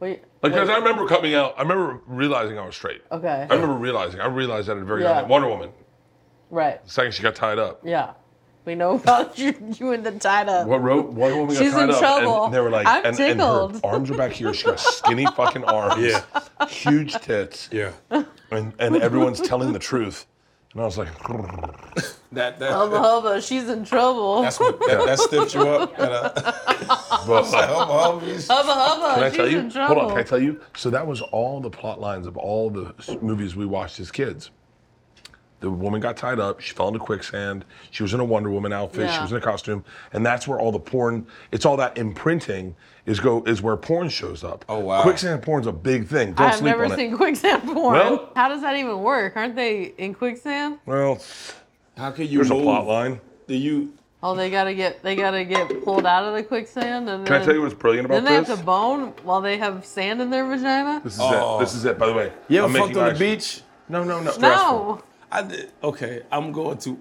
S4: Wait.
S2: like 'cause
S4: wait.
S2: I remember coming out. I remember realizing I was straight.
S4: Okay.
S2: I remember realizing. I realized that at a very young
S4: Yeah.
S2: age. Wonder Woman.
S4: Right.
S2: The second she got tied up.
S4: Yeah. We know about you. You in the tied up.
S2: What wrote Wonder Woman
S4: She's
S2: got tied
S4: in
S2: up,
S4: trouble.
S2: and they were like,
S4: I'm
S2: and, and her
S4: tickled.
S2: arms are back here. She got skinny fucking arms, yeah, huge tits, yeah, and and everyone's telling the truth, and I was like,
S3: That, that,
S4: Hubba hubba, she's in trouble.
S3: that's what that, that stiffed you up. And, uh,
S2: But-
S4: Hubba hubba,
S2: Can I
S4: Oh, she's
S2: tell you?
S4: in
S2: Hold
S4: trouble.
S2: on, can I tell you? So that was all the plot lines of all the s- movies we watched as kids. The woman got tied up. She fell into quicksand. She was in a Wonder Woman outfit. She
S5: Yeah.
S2: was in a costume, and that's where all the porn. It's all that imprinting is go is where porn shows up. Oh wow! Quicksand porn's a big thing. Don't
S4: I have
S2: sleep
S4: never
S2: on it.
S4: seen quicksand porn.
S2: Well-
S4: How does that even work? Aren't they in quicksand?
S2: Well,
S3: how can you?
S2: There's
S3: move?
S2: a plot line.
S3: Do you?
S4: Oh, they gotta get they gotta get pulled out of the quicksand and
S2: Can I
S4: then-
S2: tell you what's brilliant about
S4: then they
S2: this?
S4: have to bone while they have sand in their vagina.
S2: This is
S3: Oh.
S2: it. This is it. By the way,
S3: You ever
S2: I'm
S3: fucked
S2: making
S3: on the
S2: ice-
S3: beach?
S2: No, no, no.
S4: No.
S3: I did. Okay, I'm going to.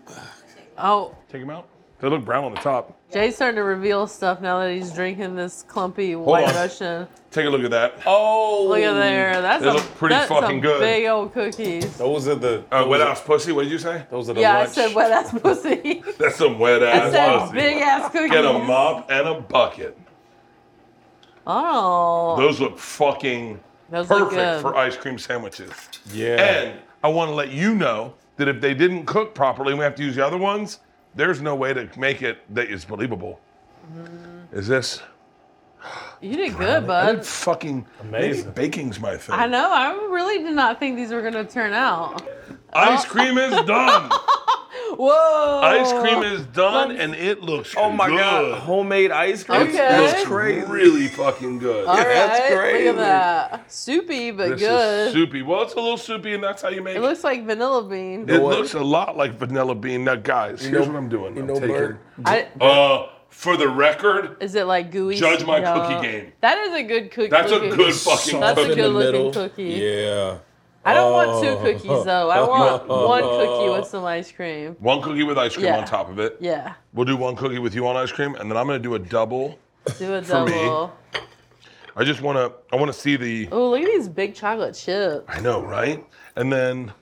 S4: Oh,
S2: Take them out. They look brown on the top.
S4: Jay's starting to reveal stuff now that he's drinking this clumpy
S2: on.
S4: white Russian.
S2: Take a look at that.
S3: Oh,
S4: Look at there. That's
S2: They
S4: a,
S2: look pretty
S4: that's
S2: fucking
S4: a
S2: good.
S4: Big old cookies.
S3: Those are the.
S2: Uh, wet ass pussy. What did you say?
S3: Those are
S4: Yeah, I said wet ass pussy.
S2: That's some wet
S4: I
S2: ass
S4: said
S2: pussy.
S4: big ass cookies.
S2: Get a mop and a bucket.
S4: Oh.
S2: Those look fucking
S4: Those look
S2: perfect
S4: good.
S2: for ice cream sandwiches.
S3: Yeah.
S2: And I want to let you know that if they didn't cook properly and we have to use the other ones,
S4: Mm-hmm.
S2: there's no way to make it that is believable. Is this?
S4: You did
S2: I
S4: good,
S2: did
S4: bud.
S2: fucking amazing. Baking's my thing.
S4: I know. I really did not think these were gonna turn out.
S2: Ice cream is done.
S4: Oh. Whoa.
S2: Ice cream is done, and it looks. Oh
S6: my God,
S2: homemade ice
S4: cream? Okay.
S2: That's crazy. Really fucking good.
S4: All right. Look at that. Soupy, but
S2: This
S4: good.
S2: is soupy. Well, it's a little soupy, and that's how you make
S4: It
S2: it.
S4: looks like vanilla bean.
S2: It looks a lot like vanilla bean. Now, guys,
S3: You
S2: here's
S3: know-
S2: what I'm doing.
S3: you
S2: I'm
S3: know,
S2: taking-
S3: Bert-
S4: I-
S2: uh, for the record,
S4: Is it like gooey?
S2: Judge my cookie game.
S4: That is a good cookie.
S2: That's a
S4: cookie.
S2: good fucking
S4: That's
S2: cookie.
S4: a good looking cookie.
S3: Yeah.
S4: I don't want two cookies though. I want one cookie with some ice cream.
S2: one cookie with ice cream
S4: Yeah.
S2: on top of it.
S4: Yeah.
S2: We'll do one cookie with you on ice cream, and then I'm gonna do a double.
S4: Do a
S2: For me.
S4: double.
S2: I just wanna, I wanna see the.
S4: Oh, look at these big chocolate chips.
S2: I know, right? And then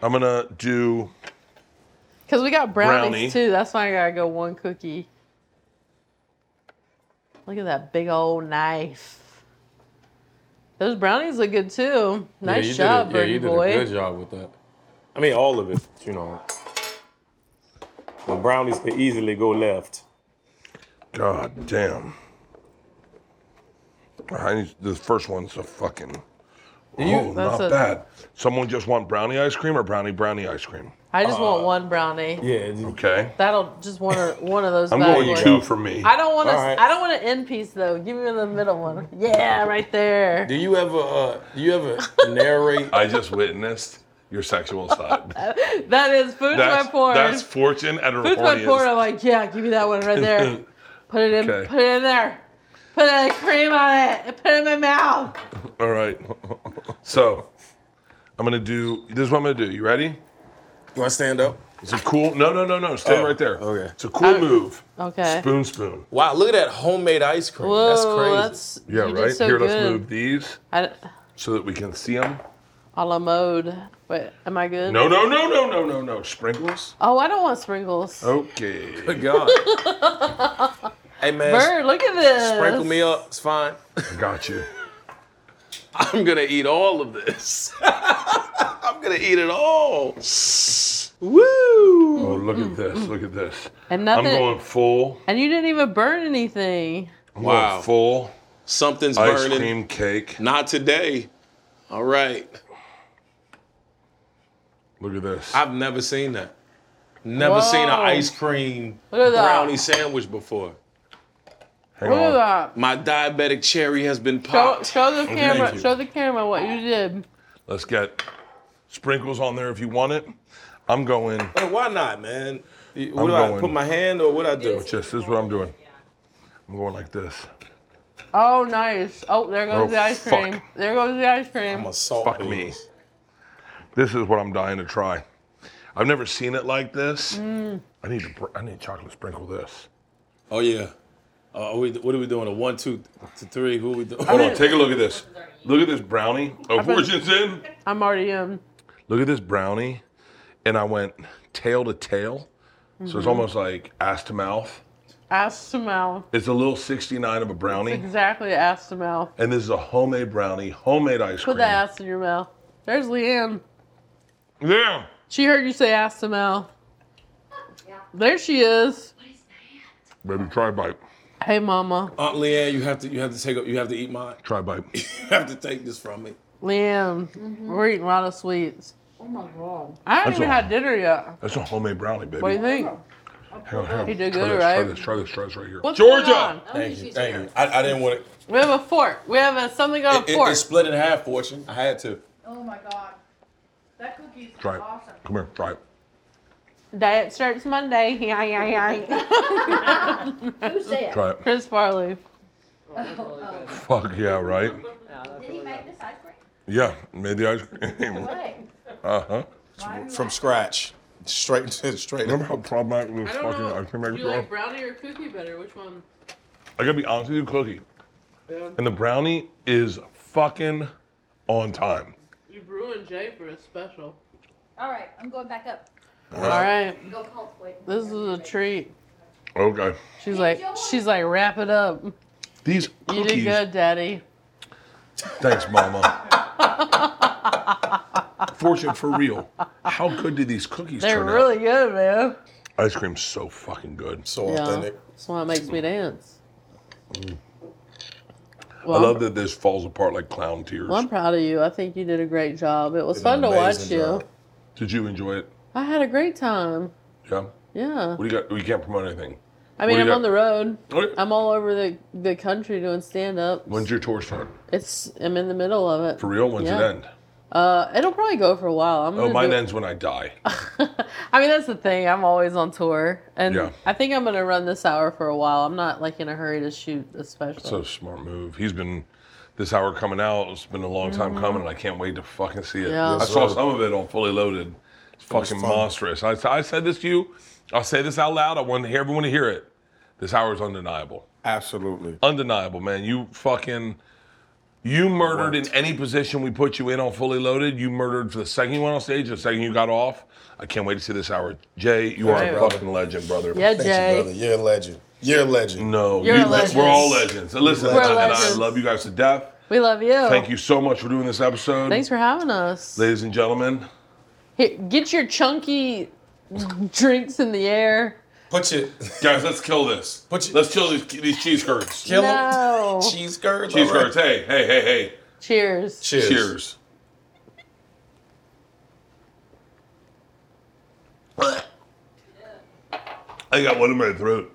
S2: I'm gonna do.
S4: Because we got brownies
S2: Brownie.
S4: too. That's why I gotta go one cookie. Look at that big old knife. Those brownies look good too. Nice
S3: you did a-
S4: job,
S3: yeah,
S4: birdie
S3: you did a
S4: boy.
S3: good job with that. I mean, all of it, you know. The brownies could easily go left.
S2: God damn. I need, this first one's a fucking. oh,
S4: That's
S2: not
S4: a-
S2: bad. Someone just want brownie ice cream or brownie brownie ice cream?
S4: I just
S3: Uh,
S4: want one brownie.
S2: Okay.
S4: That'll just one of one of those.
S2: I'm
S4: bad
S2: going
S4: ones.
S2: two for me.
S4: I don't want to.
S3: All right.
S4: I don't want an end piece though. Give me the middle one. Yeah, right there.
S3: Do you ever, uh, do you ever narrate?
S2: I just witnessed your sexual side.
S4: that is food
S2: that's,
S4: my porn.
S2: that's fortune at her
S4: food my
S2: horniest.
S4: porn. I'm like, yeah, give me that one right there. Put it in.
S2: Okay.
S4: Put it in there. Put the cream on it. Put it in my mouth.
S2: All right. So I'm gonna do this is what I'm gonna do. You ready?
S3: You wanna stand up?
S2: It's a cool no no no no, stand
S3: Oh,
S2: right there. Okay. It's a cool move.
S4: Okay.
S2: Spoon spoon.
S3: Wow, look at that homemade ice cream. that's
S4: Whoa,
S3: crazy.
S4: that's-
S2: Yeah,
S4: You did
S2: right?
S4: so
S2: Here, let's
S4: good.
S2: move these
S4: I, d-
S2: so that we can see them.
S4: a la mode. Wait, am I good?
S2: No, no, no, no, no, no, no. Sprinkles?
S4: Oh, I don't want sprinkles.
S2: Uh, Okay.
S3: Good God. hey man,
S4: Bird, look at this.
S3: sprinkle me up. It's fine.
S2: Got you.
S3: I'm gonna eat all of this. I'm gonna eat it all. Woo!
S2: Oh, look at this. Look at this.
S4: And nothing-
S2: I'm going full.
S4: And you didn't even burn anything.
S2: I'm going
S3: Wow.
S2: full
S3: Something's
S2: ice
S3: burning.
S2: cream cake.
S3: Not today. All right.
S2: Look at this.
S3: I've never seen that. Never seen an
S4: Whoa.
S3: ice cream
S4: Look at that.
S3: brownie sandwich before.
S2: Hang
S4: Look at
S2: on.
S4: that.
S3: My diabetic cherry has been
S4: Show,
S3: popped.
S4: show the
S2: Thank
S4: camera.
S2: you.
S4: Show the camera what you did.
S2: Let's get sprinkles on there if you want it. I'm going.
S3: Hey, why not, man? What
S2: I'm
S3: do I
S2: going-
S3: put my hand or what I do?
S2: Just this is what I'm doing. I'm going like this.
S4: Oh, nice. Oh, there
S2: Oh,
S4: goes the ice
S2: fuck.
S4: cream. There goes the ice cream.
S3: I'm a salt.
S2: Fuck me. This is what I'm dying to try. I've never seen it like this. I need to. br- I need chocolate sprinkle this.
S3: Oh yeah. Uh, are we, what are we doing? A one, two, to three. Who are we doing?
S2: Hold on. Take a look at this. Look at this brownie. Oh, fortune's in.
S4: I'm already in.
S2: Look at this brownie, and I went tail to tail, so it's
S4: Mm-hmm.
S2: almost like ass to mouth.
S4: Ass to mouth.
S2: It's a little 69 of a brownie,
S4: Exactly ass to mouth.
S2: and this is a homemade brownie, homemade ice
S4: Put
S2: cream.
S4: the ass in your mouth. There's Leanne.
S2: Yeah.
S4: She heard you say ass to mouth. There she is.
S2: Baby, try a bite.
S4: Hey, mama.
S3: Aunt Leanne, you have to you have to take up. You have to eat mine.
S2: Try a bite.
S3: You have to take this from me.
S4: Leanne, we're eating a lot of sweets. Mm-hmm. Oh my god. I haven't
S2: That's
S4: even
S2: all.
S4: had dinner yet.
S2: That's a homemade brownie, baby.
S4: What do you think?
S2: Hang on, hang on.
S4: He did
S2: try
S4: good,
S2: this, Try
S4: right?
S2: this, try this, try this right here.
S4: What's
S2: Georgia!
S4: going on?
S3: Thank you. Thank you. I, I didn't want it.
S4: We have a fork. We have a something on
S3: It,
S4: a
S3: it,
S4: fork.
S3: it's split in half, Fortune. I had to.
S11: Oh my god. That cookie is
S2: Try it.
S11: awesome.
S2: Come here, try it.
S4: Diet starts Monday. Yeah, yeah, yeah.
S11: Who said?
S2: Try it.
S4: Chris Farley.
S2: Fuck yeah, right?
S11: Did he make this ice cream?
S2: Yeah, made the ice cream.
S11: Hey,
S2: Uh huh.
S3: From scratch. Straight straight.
S2: Remember how problematic those fucking ice cream makers are?
S4: brownie or cookie better? Which one?
S2: I gotta be honest with you, Cookie. And the brownie is fucking on time.
S4: You brewing Jay for a special.
S11: all right, I'm going back up.
S4: All right.
S11: Go cultivate.
S4: This is a treat.
S2: Okay.
S4: She's like, she's like, wrap it up.
S2: These
S4: You
S2: cookies.
S4: did good, Daddy.
S2: Thanks, Mama. Fortune for real. How good did these cookies
S4: They're
S2: turn
S4: really good, man.
S2: out? Ice cream's so fucking good.
S3: So
S4: Yeah.
S3: authentic.
S4: That's why it makes me dance. Well,
S2: Mm. I love that this falls apart like clown tears.
S4: Well, I'm proud of you. I think you did a great job. It was fun to watch you.
S2: Did you enjoy it?
S4: I had a great time.
S2: Yeah.
S4: Yeah.
S2: What do you got? We can't promote anything.
S4: I mean,
S2: what
S4: I'm
S2: do you
S4: on the
S2: got-
S4: road.
S2: Okay.
S4: I'm all over the, the country doing stand up.
S2: When's your tour start?
S4: It's I'm in the middle of it.
S2: For real? When's
S4: Yeah.
S2: it end?
S4: Uh, it'll probably go for a while. I'm
S2: Oh,
S4: gonna
S2: mine
S4: do-
S2: ends when I die.
S4: I mean, that's the thing. I'm always on tour, and
S2: Yeah.
S4: I think I'm gonna run this hour for a while. I'm not like in a hurry to shoot a special.
S2: That's a smart move. He's been this hour coming out. It's been a long time
S4: Mhm.
S2: coming, and I can't wait to fucking see it.
S4: Yeah.
S2: I
S4: Yes,
S2: saw
S4: sir.
S2: some of it on Fully Loaded. It's
S9: was
S2: fucking
S9: fun.
S2: monstrous. I, I said this to you. I'll say this out loud. I want to hear everyone to hear it. This hour is undeniable.
S9: Absolutely.
S2: Undeniable, man. You fucking. You murdered in any position we put you in on Fully Loaded. You murdered for the second you went on stage, the second you got off. I can't wait to see this hour. Jay, you
S9: Thank
S2: are
S9: you,
S2: a
S9: brother.
S2: fucking legend, brother.
S4: Yeah, Thank you, Jay. brother.
S9: You're a legend. You're a legend.
S2: No,
S4: You're
S2: you-
S4: a legend.
S2: we're all legends. And Listen,
S4: We're
S2: and I- and I
S4: legends.
S2: love you guys to death.
S4: We love you.
S2: Thank you so much for doing this episode.
S4: Thanks for having us.
S2: Ladies and gentlemen,
S4: Here, get your chunky drinks in the air.
S2: put it. Guys, let's kill this. Put you, let's kill these, these cheese curds.
S4: no.
S6: Cheese curds.
S2: Cheese
S6: all right.
S2: curds. Hey, hey, hey, hey.
S4: Cheers.
S2: Cheers. I got one in my throat.